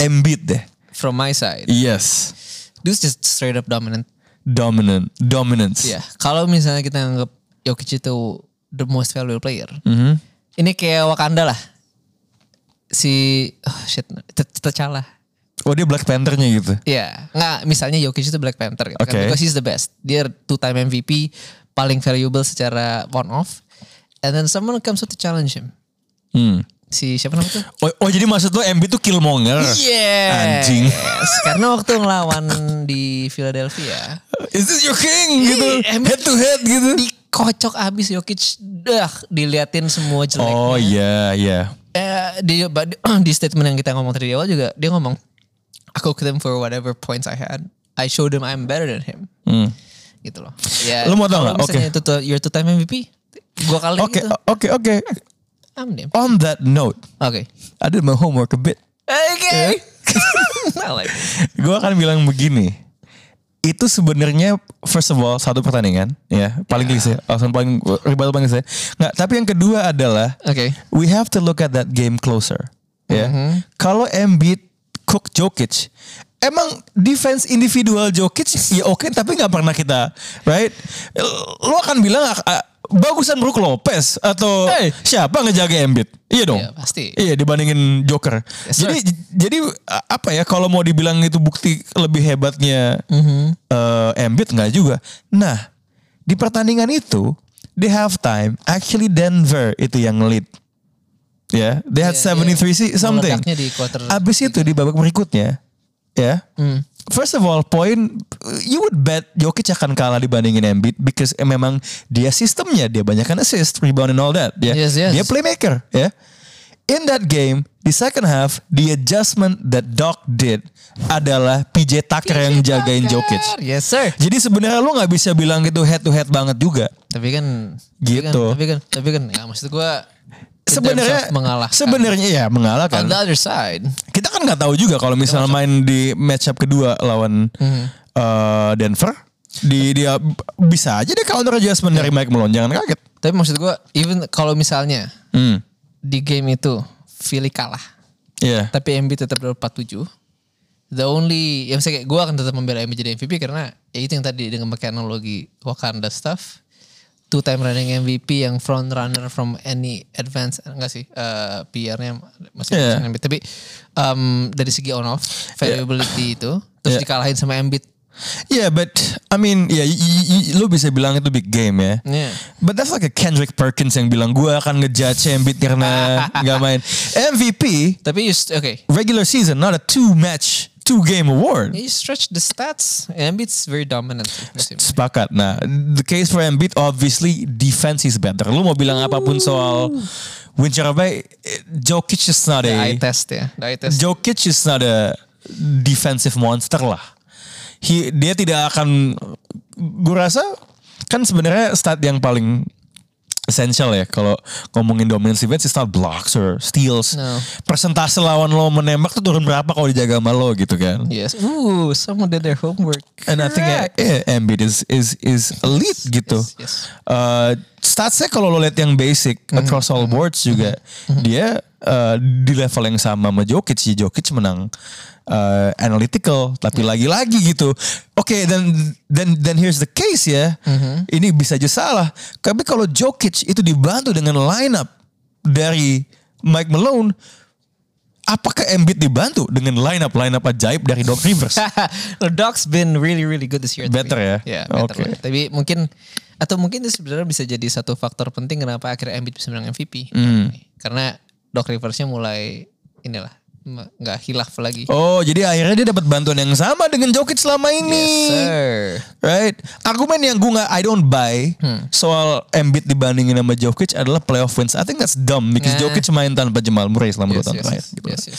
Speaker 2: Embiid deh.
Speaker 3: From my side,
Speaker 2: Yes,
Speaker 3: this just straight up dominant.
Speaker 2: dominant, dominance.
Speaker 3: Ya, kalau misalnya kita anggap Jokic itu the most valuable player,
Speaker 2: Mm-hmm.
Speaker 3: ini kayak Wakanda lah. Si oh shit, tercalah.
Speaker 2: Oh dia Black Panther-nya gitu.
Speaker 3: Ya, nggak misalnya Jokic itu Black Panther gitu
Speaker 2: Oke.
Speaker 3: kan, because he's the best. Dia two time MVP, paling valuable secara one off. And then someone comes up to challenge him.
Speaker 2: Hmm.
Speaker 3: Si siapa namanya tuh?
Speaker 2: Oh, oh, jadi maksud lo Embiid tuh Killmonger?
Speaker 3: Iya. Yes.
Speaker 2: Eh, Anjing.
Speaker 3: Karena waktu ngelawan di Philadelphia,
Speaker 2: Is this your king gitu?
Speaker 3: Iya, Embiid-
Speaker 2: head to head gitu.
Speaker 3: dikocok abis Jokic, dah diliatin semua jeleknya. ya.
Speaker 2: Oh iya iya.
Speaker 3: Eh, di, ba- di- di statement yang kita ngomong tadi di awal juga dia ngomong I cooked them for whatever points I had. I showed them I'm better than him.
Speaker 2: Hmm.
Speaker 3: Gitu loh. Ya.
Speaker 2: Lu mau tau
Speaker 3: kalau
Speaker 2: nggak? Oke.
Speaker 3: misalnya Itu tuh, you're two time MVP. Dua kali
Speaker 2: Oke
Speaker 3: gitu.
Speaker 2: oke oke.
Speaker 3: I'm them. Oke.
Speaker 2: On that note,
Speaker 3: Oke.
Speaker 2: I did my homework a bit.
Speaker 3: I like it.
Speaker 2: Gue akan bilang begini. Itu sebenarnya first of all satu pertandingan ya paling klise, alasan paling ribet paling klise. Nggak, tapi yang kedua adalah
Speaker 3: Oke.
Speaker 2: we have to look at that game closer. Ya.
Speaker 3: Mm-hmm.
Speaker 2: Kalau Embiid cook Jokic, emang defense individual Jokic ya oke tapi nggak pernah kita, right? Lo akan bilang ah, ah, bagusan Brook Lopez atau
Speaker 3: Hey.
Speaker 2: siapa ngejaga Embiid? Iya dong.
Speaker 3: Iya, pasti.
Speaker 2: Iya dibandingin Joker.
Speaker 3: Yes,
Speaker 2: jadi j- jadi a- apa ya kalau mau dibilang itu bukti lebih hebatnya
Speaker 3: Mm-hmm.
Speaker 2: eh, Embiid nggak juga. Nah di pertandingan itu di halftime actually Denver itu yang lead. Ya, they had
Speaker 3: Iya,
Speaker 2: 73
Speaker 3: iya.
Speaker 2: sih something.
Speaker 3: Meledaknya di quarter
Speaker 2: Abis itu di babak berikutnya, ya.
Speaker 3: Hmm.
Speaker 2: First of all, poin you would bet Jokic akan kalah dibandingin Embiid because eh, memang dia sistemnya dia banyakkan assist, rebound and all that. Ya.
Speaker 3: Yes, yes.
Speaker 2: Dia playmaker, ya. In that game, di second half, the adjustment that Doc did adalah PJ Tucker yang jagain Jokic.
Speaker 3: Yes sir.
Speaker 2: Jadi sebenarnya lu nggak bisa bilang gitu head to head banget juga.
Speaker 3: Tapi kan.
Speaker 2: Gitu.
Speaker 3: Tapi kan. Tapi kan. Ya, maksud gue. in terms
Speaker 2: Sebenarnya
Speaker 3: of mengalahkan.
Speaker 2: Sebenarnya ya
Speaker 3: On
Speaker 2: mengalahkan.
Speaker 3: the other side.
Speaker 2: kita kan nggak tahu juga kalau misalnya main di match up kedua lawan eh, Denver di dia bisa aja deh counter adjustment dari Mike Malone jangan kaget
Speaker 3: Tapi maksud gue. Even kalau misalnya.
Speaker 2: hmm
Speaker 3: Di game itu. Philly kalah.
Speaker 2: iya
Speaker 3: tapi MB tetap dapat 47. The only ya misalnya kayak gue akan tetap membela MB jadi MVP karena ya itu yang tadi dengan pakai analogi Wakanda stuff. Two time running MVP yang front runner from any advance enggak sih eh PR-nya masih
Speaker 2: Yeah.
Speaker 3: masih MB tapi em, dari segi on off variability itu terus
Speaker 2: Yeah.
Speaker 3: dikalahin sama MB.
Speaker 2: yeah Iya, but I mean ya y- y- y- lu bisa bilang itu big game ya
Speaker 3: Iya.
Speaker 2: But that's like a Kendrick Perkins yang bilang gue akan ngejudge Embiid karena nggak main MVP
Speaker 3: Tapi you st- oke,
Speaker 2: regular season not a two match two game award.
Speaker 3: you stretch the stats. Embiid's very dominant. musim.
Speaker 2: Sepakat. Nah, the case for Embiid obviously defense is better. Lu mau bilang apapun soal Wincharabai, Jokic is not
Speaker 3: The eye
Speaker 2: a
Speaker 3: test ya, the eye test.
Speaker 2: Jokic is not a defensive monster lah. He- dia tidak akan gue rasa kan sebenarnya stat yang paling essential ya kalau ngomongin dominance event it's not blocks or steals.
Speaker 3: No.
Speaker 2: Persentase lawan lo menembak tuh turun berapa kalau dijaga sama lo gitu kan.
Speaker 3: Yes. Ooh, someone did their homework.
Speaker 2: And I think eh,
Speaker 3: Correct.
Speaker 2: eh, Embiid is is is elite gitu.
Speaker 3: yes, Mm-hmm. yes.
Speaker 2: Eh, statsnya kalau lo lihat yang basic across all boards juga
Speaker 3: Mm-hmm.
Speaker 2: dia eh, di level yang sama sama Jokic si Jokic menang eh, analytical tapi lagi-lagi gitu. Oke dan dan dan here's the case ya.
Speaker 3: Mm-hmm.
Speaker 2: Ini bisa aja salah. Tapi kalau Jokic itu dibantu dengan lineup dari Mike Malone Apakah Embiid dibantu dengan lineup lineup ajaib dari Doc Rivers?
Speaker 3: Loh, Doc's been really really good this year. tapi-
Speaker 2: Better ya?
Speaker 3: Ya, better.
Speaker 2: Oke.
Speaker 3: lah. Tapi mungkin atau mungkin itu sebenarnya bisa jadi satu faktor penting kenapa akhirnya Embiid bisa menang MVP. Karena Doc Riversnya mulai inilah me- nggak hilaf lagi.
Speaker 2: Oh, jadi akhirnya dia dapat bantuan yang sama dengan Jokic selama ini.
Speaker 3: Yes, sir.
Speaker 2: Right? Argumen yang gue nggak I don't buy
Speaker 3: Hmm.
Speaker 2: soal Embiid dibandingin sama Jokic adalah playoff wins. I think that's dumb because
Speaker 3: Nah.
Speaker 2: Jokic main tanpa Jamal Murray selama dua
Speaker 3: Yes,
Speaker 2: tahun
Speaker 3: yes,
Speaker 2: terakhir.
Speaker 3: yes,
Speaker 2: gitu.
Speaker 3: yes, yes.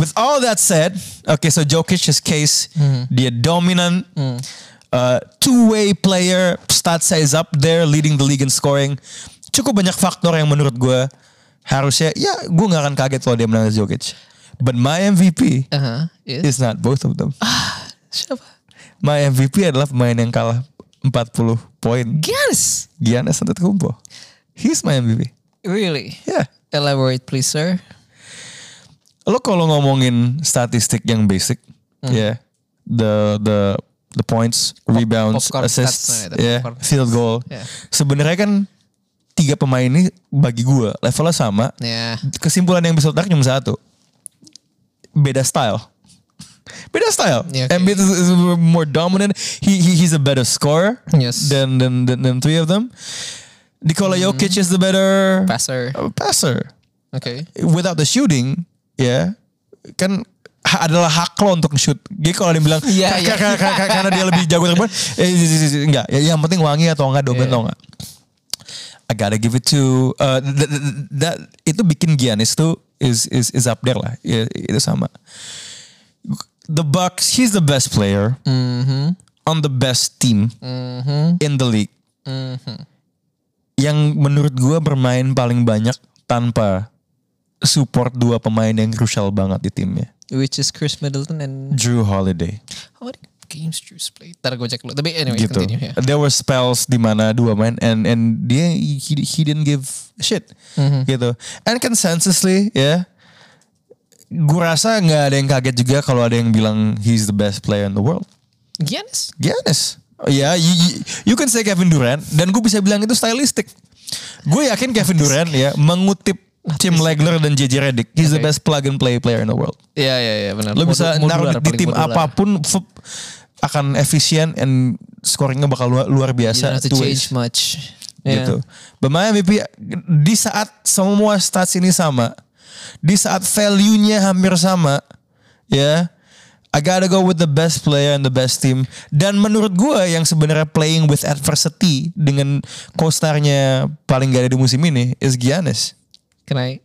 Speaker 2: With all that said, okay, so Jokic's case,
Speaker 3: Hmm.
Speaker 2: dia dominant, uh, two-way player, stats is up there, leading the league in scoring. Cukup banyak faktor yang menurut gue harusnya, ya gue nggak akan kaget kalau dia menang atas Jokic. But my MVP
Speaker 3: Aha, Uh-huh. yes.
Speaker 2: is not both of them.
Speaker 3: Siapa?
Speaker 2: My MVP adalah pemain yang kalah 40 poin.
Speaker 3: Giannis.
Speaker 2: Giannis Antetokounmpo. He's my MVP.
Speaker 3: Really?
Speaker 2: Yeah.
Speaker 3: Elaborate please, sir.
Speaker 2: Lo kalau ngomongin statistik yang basic,
Speaker 3: Hmm.
Speaker 2: yeah, the the the points, rebounds,
Speaker 3: popcorn stats-nya
Speaker 2: assists,
Speaker 3: itu,
Speaker 2: yeah,
Speaker 3: popcorn
Speaker 2: field goal.
Speaker 3: Yeah.
Speaker 2: Sebenarnya kan tiga pemain ini bagi gua levelnya sama.
Speaker 3: Ya.
Speaker 2: Kesimpulan yang bisa lo tarik cuma satu. Beda style. Beda style.
Speaker 3: Yeah, okay.
Speaker 2: Embiid is, is more dominant. He, he he's a better scorer
Speaker 3: Yes.
Speaker 2: than, than than than three of them. Nikola Jokic is the better
Speaker 3: Passer.
Speaker 2: uh, passer.
Speaker 3: Oke.
Speaker 2: without the shooting ya kan ha- adalah hak lo untuk shoot. Jadi kalau dia bilang
Speaker 3: Iya,
Speaker 2: "Kar-
Speaker 3: iya.
Speaker 2: kar- kar- kar- karena dia lebih jago terbuat, eh, z- z- z- enggak. Ya, yang penting wangi atau enggak
Speaker 3: Iya.
Speaker 2: dominan atau enggak. I gotta give it to uh, th- th- th- that itu bikin Giannis tuh is is is up there lah. Ya, itu sama. The Bucks, he's the best player
Speaker 3: Mm-hmm.
Speaker 2: on the best team in the league.
Speaker 3: Mm-hmm.
Speaker 2: Yang menurut gua bermain paling banyak tanpa support dua pemain yang crucial banget di timnya.
Speaker 3: Which is Chris Middleton and
Speaker 2: Drew Holiday
Speaker 3: how many games Drews played? Ntar gue cek dulu. Tapi anyway,
Speaker 2: gitu.
Speaker 3: continue ya.
Speaker 2: There were spells di mana dua main and and dia he, he didn't give a shit
Speaker 3: Mhm.
Speaker 2: gitu. And consensusly ya gue rasa nggak ada yang kaget juga kalau ada yang bilang he's the best player in the world.
Speaker 3: Giannis.
Speaker 2: Giannis. Ya, you, you- you can say Kevin Durant dan gue bisa bilang itu stylistic. Gue yakin Kevin Durant ya mengutip Tim Legler dan JJ Redick, he's the best plug and play player in the world.
Speaker 3: Iya, iya, iya benar.
Speaker 2: Lo bisa
Speaker 3: Modular,
Speaker 2: naruh di
Speaker 3: paling
Speaker 2: tim
Speaker 3: modular.
Speaker 2: apapun fup, akan efisien and scoringnya bakal luar, luar
Speaker 3: You don't
Speaker 2: biasa.
Speaker 3: have to change Iya.
Speaker 2: two ways,
Speaker 3: much.
Speaker 2: Gitu. But my MVP di saat semua stats ini sama, di saat value-nya hampir sama, ya. I gotta go with the best player and the best team. Dan menurut gua yang sebenarnya playing with adversity dengan co-starnya paling gak ada di musim ini is Giannis.
Speaker 3: Can I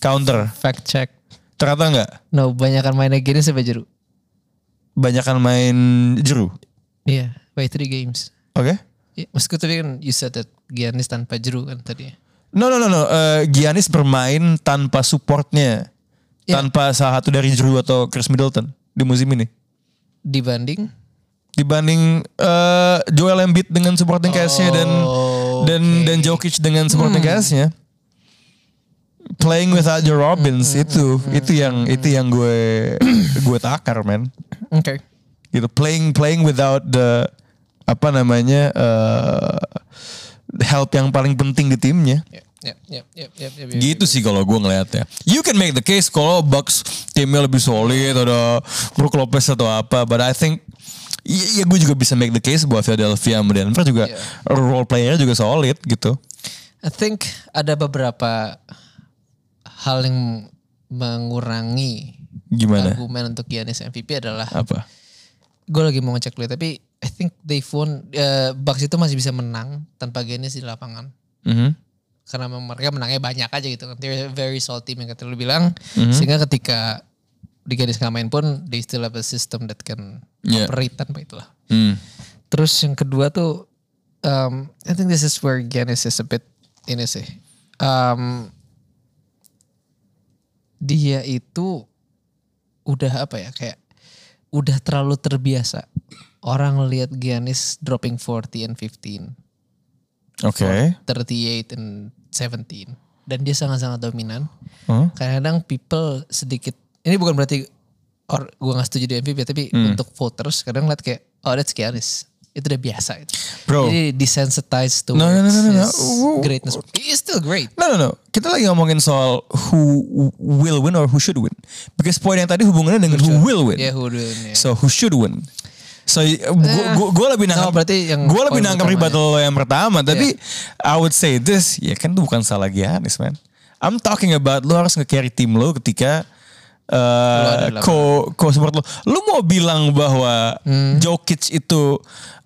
Speaker 2: Counter.
Speaker 3: fact check?
Speaker 2: Ternyata nggak?
Speaker 3: No, banyakan mainnya Giannis sampai Jeru.
Speaker 2: Banyakan main jeru.
Speaker 3: Iya, by three games.
Speaker 2: Oke?
Speaker 3: Ya, Maksudku tadi kan you said that Giannis tanpa Jeru kan tadi.
Speaker 2: No no no no. Eh, Giannis bermain tanpa supportnya,
Speaker 3: Ya.
Speaker 2: tanpa salah satu dari Drew atau Chris Middleton di musim ini.
Speaker 3: Dibanding
Speaker 2: Dibanding eh, Joel Embiid dengan supporting cast-nya dan dan dan Jokic dengan supporting cast-nya. Playing without your Robbins itu itu yang itu yang gue gue takar man.
Speaker 3: Oke.
Speaker 2: Gitu playing playing without the apa namanya eh, help yang paling penting di timnya.
Speaker 3: Ya, ya, ya, ya, ya, ya, ya.
Speaker 2: Gitu sih kalau gue ngeliatnya. You can make the case kalau Bucks timnya lebih solid ada Brook Lopez atau apa, but I think ya, ya gue juga bisa make the case bahwa Philadelphia sama Denver juga role playernya juga solid gitu.
Speaker 3: I think ada beberapa hal yang mengurangi
Speaker 2: Gimana?
Speaker 3: argumen untuk Giannis MVP adalah
Speaker 2: Apa?
Speaker 3: gue lagi mau ngecek dulu tapi I think they won eh, Bucks itu masih bisa menang tanpa Giannis di lapangan
Speaker 2: Mhm.
Speaker 3: karena memang mereka menangnya banyak aja gitu kan they're a very solid team yang kata lu bilang
Speaker 2: Mhm.
Speaker 3: sehingga ketika di Giannis nggak main pun they still have a system that can
Speaker 2: Yeah.
Speaker 3: operate tanpa itulah
Speaker 2: Hmm.
Speaker 3: terus yang kedua tuh um, I think this is where Giannis is a bit ini sih. Em, dia itu udah apa ya kayak udah terlalu terbiasa orang lihat Giannis dropping 40 and 15,
Speaker 2: Oke.
Speaker 3: 38 and 17 dan dia sangat-sangat dominan.
Speaker 2: Huh?
Speaker 3: Kadang-kadang people sedikit ini bukan berarti or gue nggak setuju di MVP tapi
Speaker 2: Hmm.
Speaker 3: untuk voters kadang lihat kayak oh that's Giannis itu udah biasa itu.
Speaker 2: Bro.
Speaker 3: Jadi desensitized to
Speaker 2: No, no, no, no, no, no.
Speaker 3: greatness. He's still great.
Speaker 2: No, no, no. Kita lagi ngomongin soal who will win or who should win. Because poin yang tadi hubungannya dengan who will win.
Speaker 3: Yeah, who will win, yeah.
Speaker 2: So who should win? So gue lebih
Speaker 3: no,
Speaker 2: nangkap
Speaker 3: Eh. berarti yang ya.
Speaker 2: gue lebih
Speaker 3: poin
Speaker 2: nangkap
Speaker 3: pertamanya.
Speaker 2: rebuttal lo yang pertama. Tapi
Speaker 3: Iya.
Speaker 2: I would say this, ya kan itu bukan salah Giannis man. I'm talking about lo harus nge-carry tim lo ketika eh
Speaker 3: ada
Speaker 2: co co support lo. Lo mau bilang bahwa
Speaker 3: Hmm.
Speaker 2: Jokic itu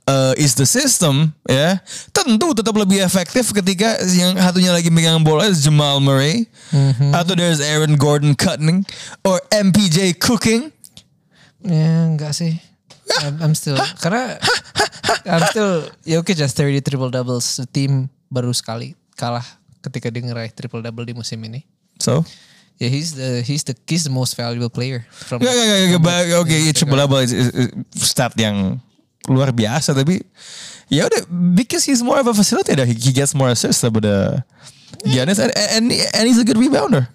Speaker 2: eh, is the system ya tentu tetap lebih efektif ketika yang satunya lagi megang bola is Jamal Murray
Speaker 3: Mhm.
Speaker 2: atau there's Aaron Gordon cutting or MPJ cooking
Speaker 3: Ya enggak sih. I'm, I'm still karena I'm still Jokic just 30 triple doubles. Tim baru sekali kalah ketika dia ngeraih triple double di musim ini.
Speaker 2: so
Speaker 3: Ya he's the he's the he's the most valuable player from
Speaker 2: Gak, gak, gak, gak, ba- Oke, ya triple double is- is- is stat yang luar biasa tapi ya udah because he's more of a facilitator he, he gets more assists daripada Giannis and, and and he's a good rebounder.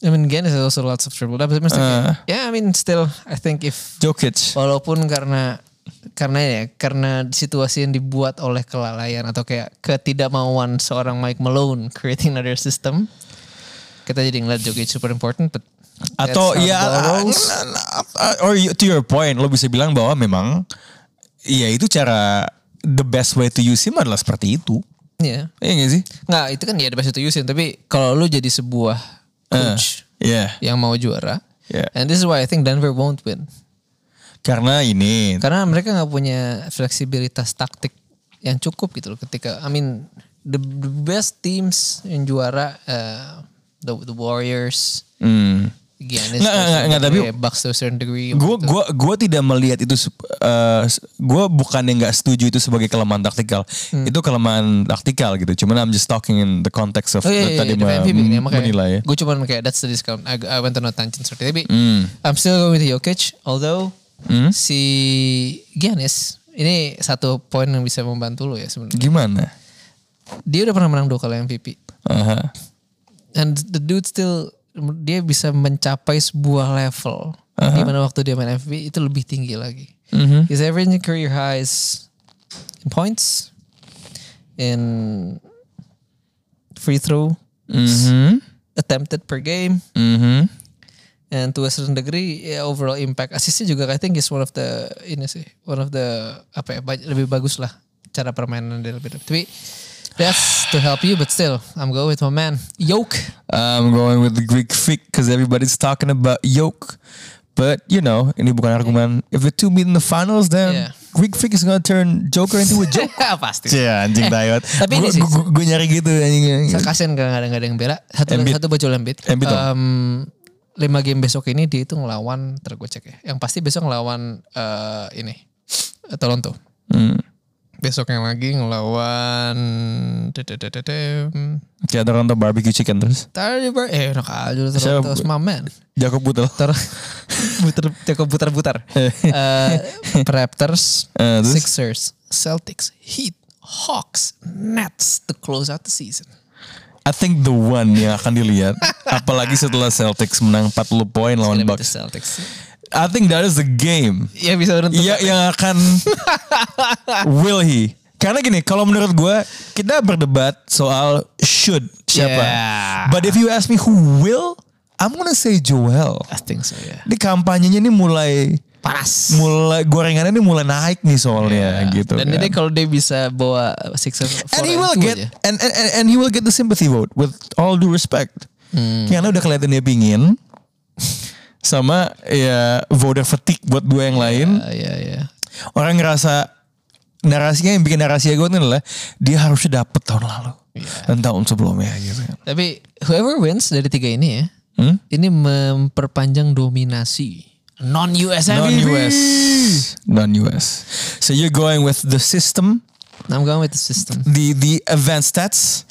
Speaker 3: I mean again there's also lots of triple doubles. Maksudnya,
Speaker 2: Uh.
Speaker 3: yeah, I mean still I think if
Speaker 2: Jokic.
Speaker 3: walaupun karena karena ya karena situasi yang dibuat oleh kelalaian atau kayak ketidakmauan seorang Mike Malone creating another system kita jadi ngeliat Jokic super important but that's how
Speaker 2: Atau
Speaker 3: the
Speaker 2: ya
Speaker 3: ball rolls.
Speaker 2: or you- to your point lo bisa bilang bahwa memang ya itu cara the best way to use him adalah seperti itu.
Speaker 3: Iya.
Speaker 2: Iya gak sih?
Speaker 3: nggak itu kan ya the best to use it, tapi kalau lu jadi sebuah coach
Speaker 2: Ya.
Speaker 3: yang mau juara
Speaker 2: Yeah.
Speaker 3: and this is why I think Denver won't win
Speaker 2: Karena ini
Speaker 3: karena mereka nggak punya fleksibilitas taktik yang cukup gitu loh ketika I mean the, the best teams yang juara eh, the, the Warriors
Speaker 2: hmm.
Speaker 3: Giannis to a
Speaker 2: Nggak, nggak,
Speaker 3: certain
Speaker 2: nggak, tapi-
Speaker 3: degree, Bucks to a certain degree
Speaker 2: gue
Speaker 3: gitu.
Speaker 2: gua gua tidak melihat itu uh, gue bukan yang nggak setuju itu sebagai kelemahan taktikal itu kelemahan taktikal gitu cuman I'm just talking in the context of
Speaker 3: Oh iya, iya,
Speaker 2: tadi
Speaker 3: iya,
Speaker 2: me-
Speaker 3: MVP ini makanya.
Speaker 2: menilai ya
Speaker 3: Gue cuman kayak that's the discount. I, I went on a tangent seperti tapi
Speaker 2: Hmm.
Speaker 3: I'm still going with Jokic. Although si Giannis ini satu poin yang bisa membantu lo ya sebenarnya.
Speaker 2: gimana
Speaker 3: Dia udah pernah menang dua kali MVP.
Speaker 2: Aha.
Speaker 3: And the dude still dia bisa mencapai sebuah level di mana waktu dia main MVP itu lebih tinggi lagi. He's averaging career highs in points, in free throw attempted per game,
Speaker 2: Mhm.
Speaker 3: and to a certain degree ya, overall impact assistnya juga I think is one of the ini sih one of the apa ya ba- lebih bagus lah cara permainan dia lebih tapi that's to help you but still I'm going with my man Yoke
Speaker 2: I'm Um, going with the Greek freak because everybody's talking about yoke but you know ini bukan argumen if the two meet in the finals then
Speaker 3: Yeah.
Speaker 2: Greek freak is gonna turn Joker into a joke Eh,
Speaker 3: pasti
Speaker 2: Cia, anjing dayot.
Speaker 3: tapi ini sih-
Speaker 2: gue nyari gitu anjing.
Speaker 3: kasian gak ada, nggak ada yang bela satu
Speaker 2: Embiid.
Speaker 3: satu bocil Embiid
Speaker 2: Embiid dong.
Speaker 3: Em, lima game besok ini dia itu ngelawan ntar gue cek ya yang pasti besok ngelawan eh, ini eh, Toronto
Speaker 2: Hmm.
Speaker 3: besok yang lagi ngelawan
Speaker 2: Kayak ada Toronto barbecue chicken terus.
Speaker 3: Tadi ber eh enak aja lu
Speaker 2: Siapa?
Speaker 3: Toronto sama man.
Speaker 2: Jakob Butel.
Speaker 3: Ter buter cukup butar-butar. Eh, Raptors,
Speaker 2: Eh, terus?
Speaker 3: Sixers, Celtics, Heat, Hawks, Nets to close out the season.
Speaker 2: I think the one yang akan dilihat, apalagi setelah Celtics menang 40 poin lawan
Speaker 3: Lebih the
Speaker 2: Bucks.
Speaker 3: Celtics.
Speaker 2: I think that is the game.
Speaker 3: Ya bisa menentukan.
Speaker 2: Ya yang akan will he? Karena gini, kalau menurut gue kita berdebat soal should siapa.
Speaker 3: Yeah.
Speaker 2: But if you ask me who will, I'm gonna say Joel.
Speaker 3: I think so ya.
Speaker 2: Ini kampanyenya ini mulai
Speaker 3: Panas. Iya.
Speaker 2: mulai gorengannya ini mulai naik nih soalnya gitu.
Speaker 3: Dan
Speaker 2: kan.
Speaker 3: ini kalau dia bisa bawa Sixers ya. four
Speaker 2: and he
Speaker 3: and
Speaker 2: will
Speaker 3: two
Speaker 2: get
Speaker 3: aja.
Speaker 2: and, and and and he will get the sympathy vote with all due respect. Karena udah kelihatan dia pingin sama ya voter fatigue buat dua yang lain.
Speaker 3: Ah, ya ya.
Speaker 2: Orang ngerasa narasinya yang bikin narasi gue adalah dia harusnya dapet tahun lalu dan tahun sebelumnya gitu. kan.
Speaker 3: Tapi whoever wins dari tiga ini ya,
Speaker 2: Hmm?
Speaker 3: ini memperpanjang dominasi non US
Speaker 2: Non US, non US. So you're going with the system,
Speaker 3: I'm going with the system.
Speaker 2: the the advanced stats,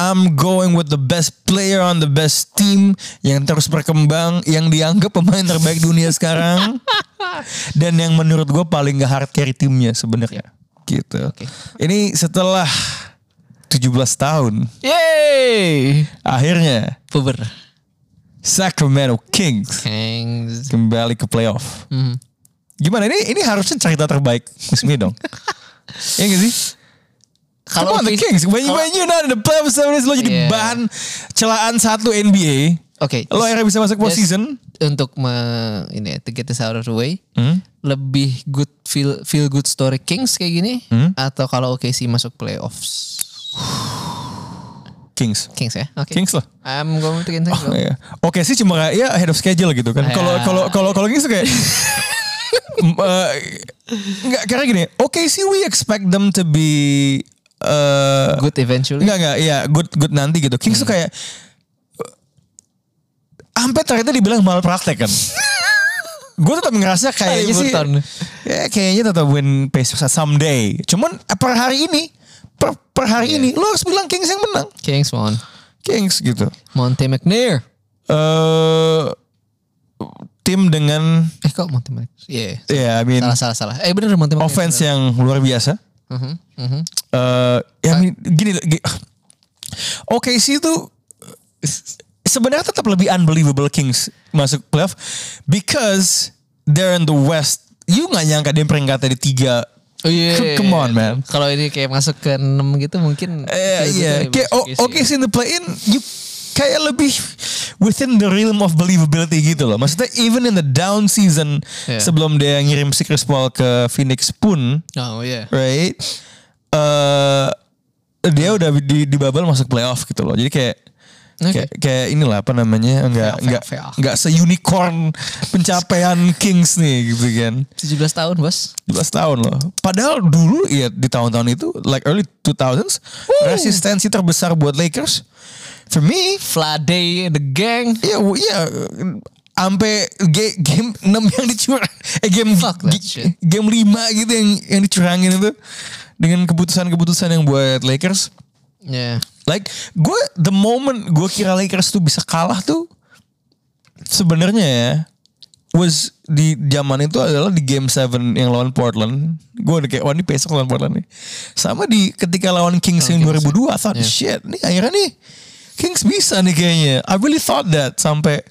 Speaker 2: I'm going with the best player on the best team yang terus berkembang, yang dianggap pemain terbaik dunia sekarang, dan yang menurut gue paling gak hard carry timnya sebenarnya. Gitu. Ini setelah 17 tahun,
Speaker 3: Yeay.
Speaker 2: akhirnya
Speaker 3: Puber.
Speaker 2: Sacramento Kings
Speaker 3: Thanks.
Speaker 2: kembali ke playoff. Gimana ini? Ini harusnya cerita terbaik musim ini dong. Iya gak sih?
Speaker 3: Kalau
Speaker 2: Kalau Come on, the
Speaker 3: office-
Speaker 2: Kings. When, you-
Speaker 3: kalau-
Speaker 2: when you not in the playoffs, sebenarnya lo jadi
Speaker 3: Iya.
Speaker 2: bahan celaan satu NBA.
Speaker 3: Oke.
Speaker 2: Lo akhirnya bisa masuk
Speaker 3: Just-
Speaker 2: postseason.
Speaker 3: Untuk me, ini ya, to get this out of the way.
Speaker 2: Hmm?
Speaker 3: Lebih good feel feel good story Kings kayak gini
Speaker 2: Hmm?
Speaker 3: atau kalau OKC masuk playoffs?
Speaker 2: Kings.
Speaker 3: Kings ya. Oke.
Speaker 2: Kings lah.
Speaker 3: I'm going to Kings. bro.
Speaker 2: Iya. Oke sih cuma kayak ya ahead of schedule gitu kan. Kalau
Speaker 3: Ya.
Speaker 2: kalau kalau kalau Kings tuh kayak M- eh, nggak karena gini. Oke sih we expect them to be eh,
Speaker 3: Good eventually.
Speaker 2: Enggak enggak, iya good good nanti gitu. Kings tuh kayak sampai ternyata dibilang malpraktek kan. gue tetap ngerasa kayaknya sih
Speaker 3: Burton.
Speaker 2: ya, kayaknya tetap win Pacers someday. Cuman eh, per hari ini per, per hari ini lo harus bilang Kings yang menang.
Speaker 3: Kings won.
Speaker 2: Kings gitu.
Speaker 3: Monte McNair.
Speaker 2: Eh tim dengan
Speaker 3: Eh kok Monte McNair? Iya.
Speaker 2: ya I mean
Speaker 3: Salah salah salah. Eh bener Monte McNair.
Speaker 2: offense yang luar biasa. Mm-hmm,
Speaker 3: Mhm, mhm.
Speaker 2: eh ya I mean, gini, gini Oke sih itu sebenarnya tetap lebih unbelievable Kings masuk playoff because they're in the West. You nggak nyangka dia peringkatnya di tiga.
Speaker 3: Oh iya.
Speaker 2: Come on, man.
Speaker 3: Kalau ini kayak masuk ke 6 gitu mungkin.
Speaker 2: Eh iya, kayak
Speaker 3: Oke
Speaker 2: oke sih in the play-in you kayak lebih within the realm of believability gitu loh. Maksudnya even in the down season
Speaker 3: Yeah.
Speaker 2: sebelum dia ngirim si Chris Paul ke Phoenix pun,
Speaker 3: Oh iya.
Speaker 2: right? eh dia udah di, di bubble masuk playoff gitu loh. Jadi kayak
Speaker 3: Oke.
Speaker 2: kayak, kayak inilah apa namanya nggak
Speaker 3: Fair,
Speaker 2: nggak
Speaker 3: fair, fair.
Speaker 2: nggak seunicorn pencapaian Kings nih gitu kan.
Speaker 3: 17 tahun, Bos.
Speaker 2: 17 tahun loh. Padahal dulu ya di tahun-tahun itu like early 2000s resistensi terbesar buat Lakers for me
Speaker 3: Flade the gang.
Speaker 2: ya w- ya sampai ga- game 6 yang dicurang eh game
Speaker 3: Fuck that
Speaker 2: ga-
Speaker 3: shit.
Speaker 2: game 5 gitu yang yang dicurangin itu dengan keputusan-keputusan yang buat Lakers
Speaker 3: Ya.
Speaker 2: Like gue the moment gue kira Lakers tuh bisa kalah tuh sebenarnya ya was di zaman itu adalah di game 7 yang lawan Portland. Gue udah kayak wah ini besok lawan Portland nih. Sama di ketika lawan Kings
Speaker 3: ya.
Speaker 2: yang 2002 I thought shit nih akhirnya nih Kings bisa nih kayaknya. I really thought that sampai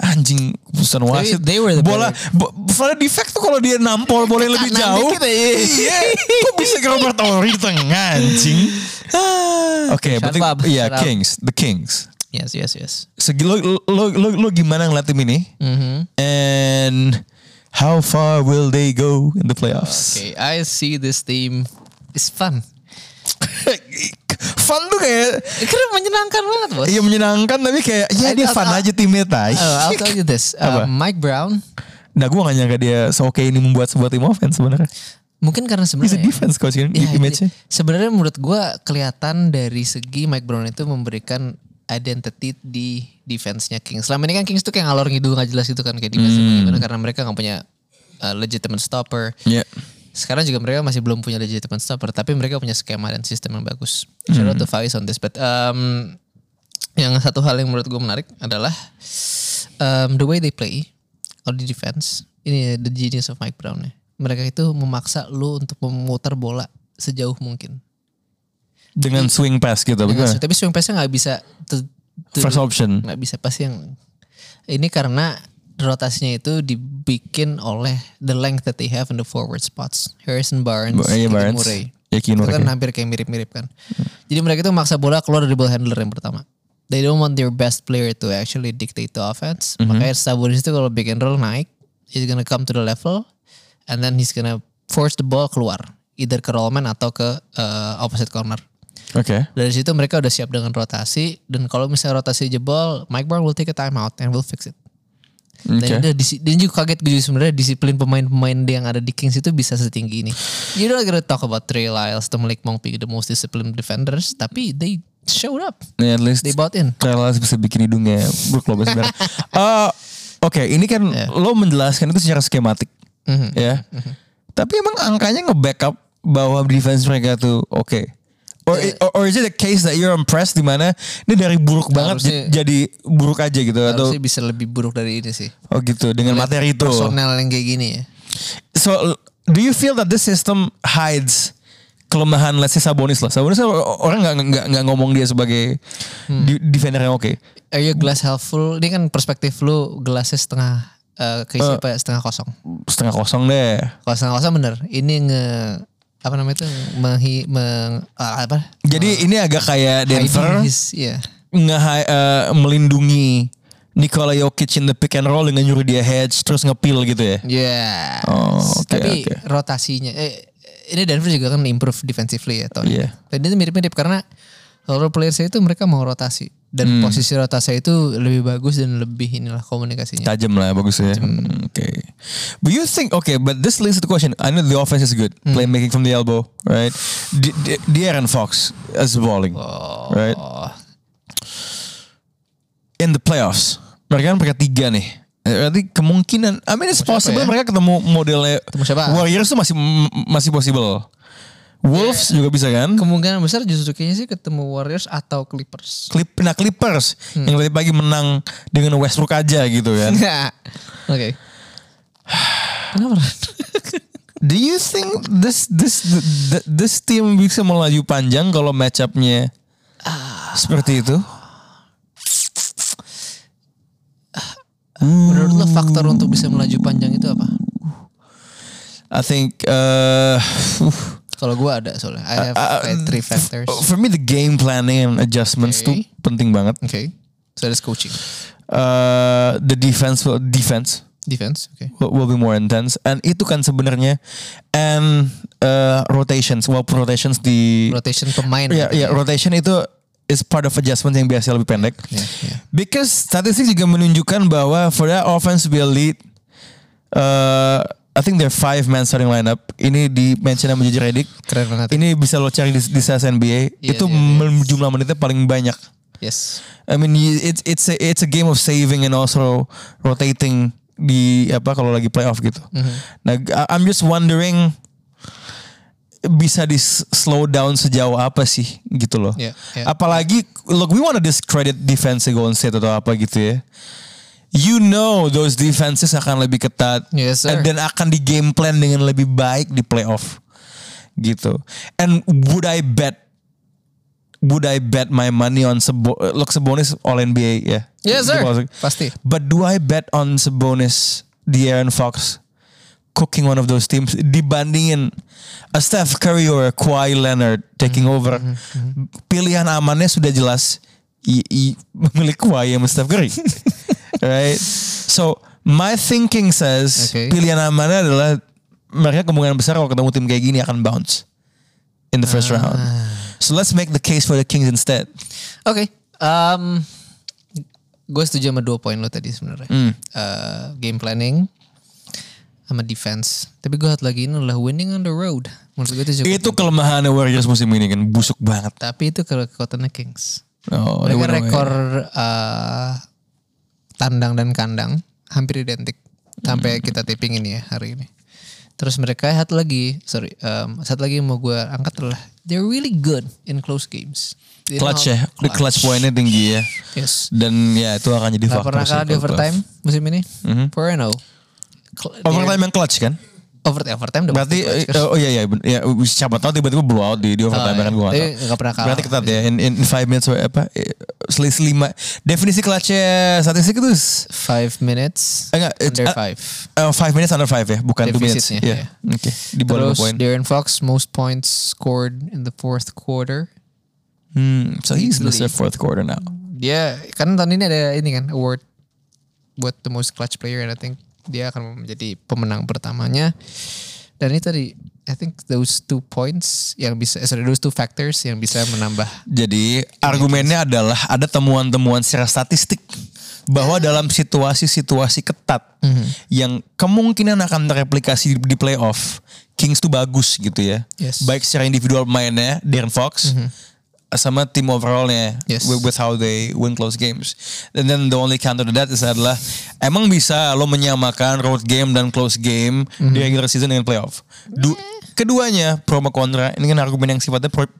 Speaker 2: anjing keputusan wasit
Speaker 3: they were the
Speaker 2: bola bo, bola defect tuh kalau dia nampol bola yang lebih
Speaker 3: Kanan
Speaker 2: jauh
Speaker 3: dikit ya, iya.
Speaker 2: iya kok bisa ke Robert Torrey di tengah anjing
Speaker 3: Ah.
Speaker 2: Oke,
Speaker 3: Shut
Speaker 2: berarti
Speaker 3: up,
Speaker 2: iya
Speaker 3: shut up.
Speaker 2: Kings, the Kings.
Speaker 3: Yes, yes, yes.
Speaker 2: Segi lo lo lo, lo gimana ngeliat tim ini?
Speaker 3: Mm-hmm.
Speaker 2: And how far will they go in the playoffs?
Speaker 3: Okay, I see this team is fun.
Speaker 2: fun tuh kayak
Speaker 3: Eh, Keren menyenangkan banget, Bos.
Speaker 2: Iya menyenangkan tapi kayak ya
Speaker 3: I'll-
Speaker 2: dia
Speaker 3: I'll-
Speaker 2: fun
Speaker 3: I'll-
Speaker 2: aja timnya tay.
Speaker 3: Nah, Oh, I'll tell you this. Uh,
Speaker 2: Apa?
Speaker 3: Mike Brown
Speaker 2: Nah gue gak nyangka dia seoke ini membuat sebuah tim offense sebenarnya.
Speaker 3: mungkin karena
Speaker 2: He's a
Speaker 3: sebenarnya
Speaker 2: defense coach kan
Speaker 3: Ya,
Speaker 2: image-nya.
Speaker 3: jadi Sebenarnya menurut gua kelihatan dari segi Mike Brown itu memberikan identity di defense-nya Kings. Selama ini kan Kings tuh kayak ngalor ngidul nggak jelas gitu kan kayak defense gimana karena mereka nggak punya uh, legitimate stopper.
Speaker 2: Iya.
Speaker 3: Sekarang juga mereka masih belum punya legitimate stopper, tapi mereka punya skema dan sistem yang bagus. Shout out to
Speaker 2: Hmm.
Speaker 3: Faiz on this, but um, yang satu hal yang menurut gue menarik adalah um, the way they play or the defense. Ini ya, the genius of Mike Brown ya. Mereka itu memaksa lu untuk memutar bola sejauh mungkin.
Speaker 2: Dengan swing pass gitu.
Speaker 3: Dengan-
Speaker 2: bagaimana?
Speaker 3: Tapi swing Iya, passnya nggak bisa to- to-
Speaker 2: First option.
Speaker 3: nggak bisa pasti yang ini karena rotasinya itu dibikin oleh the length that they have in the forward spots. Harrison Barnes,
Speaker 2: Bo- iya,
Speaker 3: Keegan
Speaker 2: Barnes.
Speaker 3: Murray.
Speaker 2: Iya, Keegan
Speaker 3: itu kan
Speaker 2: Murray.
Speaker 3: hampir kayak mirip-mirip kan. Jadi mereka itu maksa bola keluar dari ball handler yang pertama. They don't want their best player to actually dictate the offense. Makanya Sabonis itu kalau pick and roll naik, he's gonna come to the level and then he's gonna force the ball keluar. Either ke rollman atau ke uh, opposite corner
Speaker 2: Oke.
Speaker 3: dari situ mereka udah siap dengan rotasi dan kalau misalnya rotasi jebol Mike Brown will take a timeout and will fix it
Speaker 2: Oke.
Speaker 3: dan, udah disi- dan juga kaget gue juga sebenarnya disiplin pemain-pemain yang ada di Kings itu bisa setinggi ini you don't gonna talk about Trey Lyles atau Malik Monk being the most disciplined defenders tapi they showed up
Speaker 2: Ya, at least
Speaker 3: they bought in
Speaker 2: Relax bisa bikin ya, hidungnya berkelompok sebenarnya. Eh, Oke, ini kan
Speaker 3: Iya.
Speaker 2: lo menjelaskan itu secara skematik,
Speaker 3: Mhm,
Speaker 2: ya. Tapi emang angkanya nge-backup bahwa defense mereka tuh oke. Oke, Or,
Speaker 3: Iya.
Speaker 2: or, or is it a case that you're impressed di mana ini dari buruk banget
Speaker 3: Harusnya-
Speaker 2: j- jadi buruk aja gitu atau
Speaker 3: Harusnya bisa lebih buruk dari ini sih.
Speaker 2: oh gitu dengan materi itu.
Speaker 3: Personal yang kayak gini ya.
Speaker 2: So do you feel that this system hides kelemahan let's say Sabonis lah. Sabonis kan orang nggak nggak nggak ngomong dia sebagai
Speaker 3: Hmm.
Speaker 2: di- defender yang oke.
Speaker 3: Are you glass half full? Ini kan perspektif lu gelasnya setengah eh, keisi apa ya? setengah kosong.
Speaker 2: Setengah kosong deh.
Speaker 3: Kalau setengah kosong bener. Ini nge apa namanya itu menghi meng ah, apa?
Speaker 2: Jadi ini agak kayak Denver
Speaker 3: Hiding his- Iya.
Speaker 2: nge eh, melindungi Nikola Jokic in the pick and roll dengan nyuruh dia hedge terus ngepil gitu ya.
Speaker 3: Yes.
Speaker 2: Oh, oke,
Speaker 3: Tapi
Speaker 2: oke.
Speaker 3: rotasinya eh, ini Denver juga kan improve defensively ya tahun ini.
Speaker 2: Iya.
Speaker 3: Dan itu mirip-mirip karena role players itu mereka mau rotasi dan
Speaker 2: Hmm.
Speaker 3: posisi rotasi itu lebih bagus dan lebih inilah komunikasinya.
Speaker 2: Tajam lah bagus ya. Hmm, Oke. But you think okay, but this leads to the question. I know the offense is good.
Speaker 3: Hmm.
Speaker 2: Playmaking from the elbow, right? D- D- De'Aaron Fox is balling. Right?
Speaker 3: Oh,
Speaker 2: In the playoffs. Mereka kan peringkat tiga nih. Eh, Berarti kemungkinan I mean it's possible
Speaker 3: ya?
Speaker 2: mereka ketemu modelnya
Speaker 3: Ketemu siapa?
Speaker 2: Warriors tuh masih m- masih possible. Wolves juga bisa kan?
Speaker 3: kemungkinan besar justru kayaknya sih ketemu Warriors atau Clippers.
Speaker 2: Clip, nah Clippers
Speaker 3: Hmm.
Speaker 2: yang tadi pagi menang dengan Westbrook aja gitu kan.
Speaker 3: Nah, Oke. Kenapa? Ran?
Speaker 2: Hmm. Do you think this this th- this team bisa melaju panjang kalau match up-nya seperti itu?
Speaker 3: Menurut lo faktor untuk bisa melaju panjang itu apa?
Speaker 2: I think uh,
Speaker 3: Kalau gue ada soalnya. I have
Speaker 2: uh,
Speaker 3: like three factors. Oke.
Speaker 2: for me the game planning and adjustments tuh
Speaker 3: Okay.
Speaker 2: penting banget.
Speaker 3: So that's coaching.
Speaker 2: Uh, the defense will, defense
Speaker 3: Defense. Oke.
Speaker 2: will, will be more intense and itu kan sebenarnya and uh, rotations walaupun rotations di
Speaker 3: Rotation pemain.
Speaker 2: Ya, ya rotation itu is part of adjustment yang biasa lebih pendek.
Speaker 3: Ya, ya.
Speaker 2: Because statistik juga menunjukkan bahwa for that offense to be a lead, uh, I think their five man starting lineup ini di mention sama JJ Redick.
Speaker 3: Keren banget.
Speaker 2: Ini bisa lo cari di, di SAS NBA.
Speaker 3: Iya,
Speaker 2: itu
Speaker 3: iya, iya.
Speaker 2: men- jumlah menitnya paling banyak.
Speaker 3: Yes.
Speaker 2: I mean y- it's it's a it's a game of saving and also rotating di apa kalau lagi playoff gitu.
Speaker 3: Mhm.
Speaker 2: Nah, I- I'm just wondering bisa di s- slow down sejauh apa sih gitu loh.
Speaker 3: Yeah, yeah.
Speaker 2: Apalagi look we wanna discredit defense Golden State atau apa gitu ya. You know those defenses akan lebih ketat
Speaker 3: Yes, sir.
Speaker 2: and dan akan di game plan dengan lebih baik di playoff gitu. And would I bet would I bet my money on Sebo look Sabonis All NBA ya?
Speaker 3: Yes,
Speaker 2: Itu
Speaker 3: sir.
Speaker 2: masuk.
Speaker 3: Pasti.
Speaker 2: But do I bet on Sabonis, De'Aaron Fox cooking one of those teams dibandingin a Steph Curry or a Kawhi Leonard taking
Speaker 3: Mm-hmm,
Speaker 2: over? Pilihan amannya sudah jelas i, i, memilih Kawhi sama Steph Curry, right? So my thinking says
Speaker 3: Okay.
Speaker 2: pilihan amannya adalah mereka kemungkinan besar kalau ketemu tim kayak gini akan bounce in the first
Speaker 3: Ah.
Speaker 2: round. So let's make the case for the Kings instead.
Speaker 3: Oke. Um, gue setuju sama dua poin lo tadi sebenarnya.
Speaker 2: Hmm.
Speaker 3: Eh, game planning sama defense. Tapi gue lihat lagi ini adalah winning on the road. Menurut gue itu cukup.
Speaker 2: Itu kelemahan Warriors musim ini kan busuk banget.
Speaker 3: Tapi itu kalau kekuatannya Kings.
Speaker 2: Oh,
Speaker 3: Mereka
Speaker 2: they went away.
Speaker 3: rekor eh, tandang dan kandang hampir identik sampai
Speaker 2: Hmm.
Speaker 3: kita taping ini ya hari ini. Terus mereka satu lagi, sorry, em, satu lagi yang mau gue angkat adalah they're really good in close games. They know
Speaker 2: clutch
Speaker 3: how-
Speaker 2: ya, the clutch poinnya tinggi ya.
Speaker 3: Yes.
Speaker 2: Dan ya itu akan jadi
Speaker 3: Gak
Speaker 2: faktor.
Speaker 3: pernah
Speaker 2: sih
Speaker 3: kalah di
Speaker 2: kalau playoff.
Speaker 3: overtime musim ini. Four and oh. Cl-
Speaker 2: Overtime yang clutch kan?
Speaker 3: dia- Overtime, overtime udah
Speaker 2: Berarti
Speaker 3: pasti
Speaker 2: eh, oh iya iya ben- ya siapa tahu tiba-tiba blowout di di overtime
Speaker 3: iya.
Speaker 2: kan gua nggak
Speaker 3: Tapi
Speaker 2: tahu.
Speaker 3: nggak pernah kalah.
Speaker 2: Berarti ketat ya in, in five minutes or apa eh, selisih lima definisi ya, clutchnya statistik itu s-
Speaker 3: five minutes
Speaker 2: Eh, nggak, it's-
Speaker 3: under
Speaker 2: eh,
Speaker 3: five.
Speaker 2: eh, five minutes under five ya bukan two minutes.
Speaker 3: Defisitnya,
Speaker 2: Iya.
Speaker 3: iya.
Speaker 2: Oke di bawah lima
Speaker 3: Terus
Speaker 2: poin.
Speaker 3: Darren Fox most points scored in the fourth quarter.
Speaker 2: Hmm, so he's missed the fourth quarter now.
Speaker 3: Dia kan tahun ini ada ini kan award buat the most clutch player and I think dia akan menjadi pemenang pertamanya. Dan ini tadi I think those two points yang bisa eh, sorry those two factors yang bisa menambah
Speaker 2: Jadi argumennya adalah ada temuan-temuan secara statistik bahwa dalam situasi-situasi ketat
Speaker 3: Mhm.
Speaker 2: yang kemungkinan akan tereplikasi di, di playoff, Kings tuh bagus gitu ya.
Speaker 3: Yes. Mhm.
Speaker 2: Baik secara individual mainnya Darren Fox sama tim overallnya
Speaker 3: Yes.
Speaker 2: with, with how they win close games. And then the only counter to that is adalah emang bisa lo menyamakan road game dan close game
Speaker 3: Mhm. Eh.
Speaker 2: di regular season dengan playoff. Du- Keduanya pro sama kontra ini kan argumen yang sifatnya pro-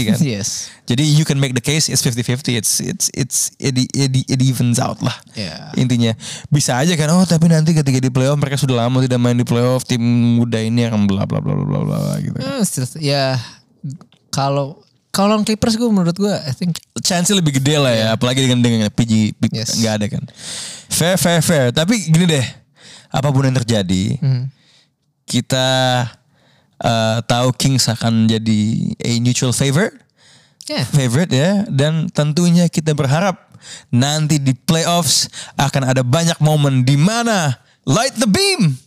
Speaker 3: Iya.
Speaker 2: kan.
Speaker 3: Yes.
Speaker 2: Jadi you can make the case it's 50-50. It's it's it's it, it, it evens out lah.
Speaker 3: Yeah.
Speaker 2: Intinya bisa aja kan oh tapi nanti ketika di playoff mereka sudah lama tidak main di playoff tim muda ini akan bla bla bla bla bla bla gitu.
Speaker 3: Hmm, still- ya kalau kalau lawan Clippers gue menurut gue I think
Speaker 2: Chance lebih gede lah ya apalagi dengan dengan PG nggak
Speaker 3: Yes.
Speaker 2: ada kan. Fair fair fair tapi gini deh apapun yang terjadi
Speaker 3: Hmm.
Speaker 2: kita eh, tahu Kings akan jadi a neutral favorite.
Speaker 3: ya
Speaker 2: favorite ya dan tentunya kita berharap nanti di playoffs akan ada banyak momen di mana light the beam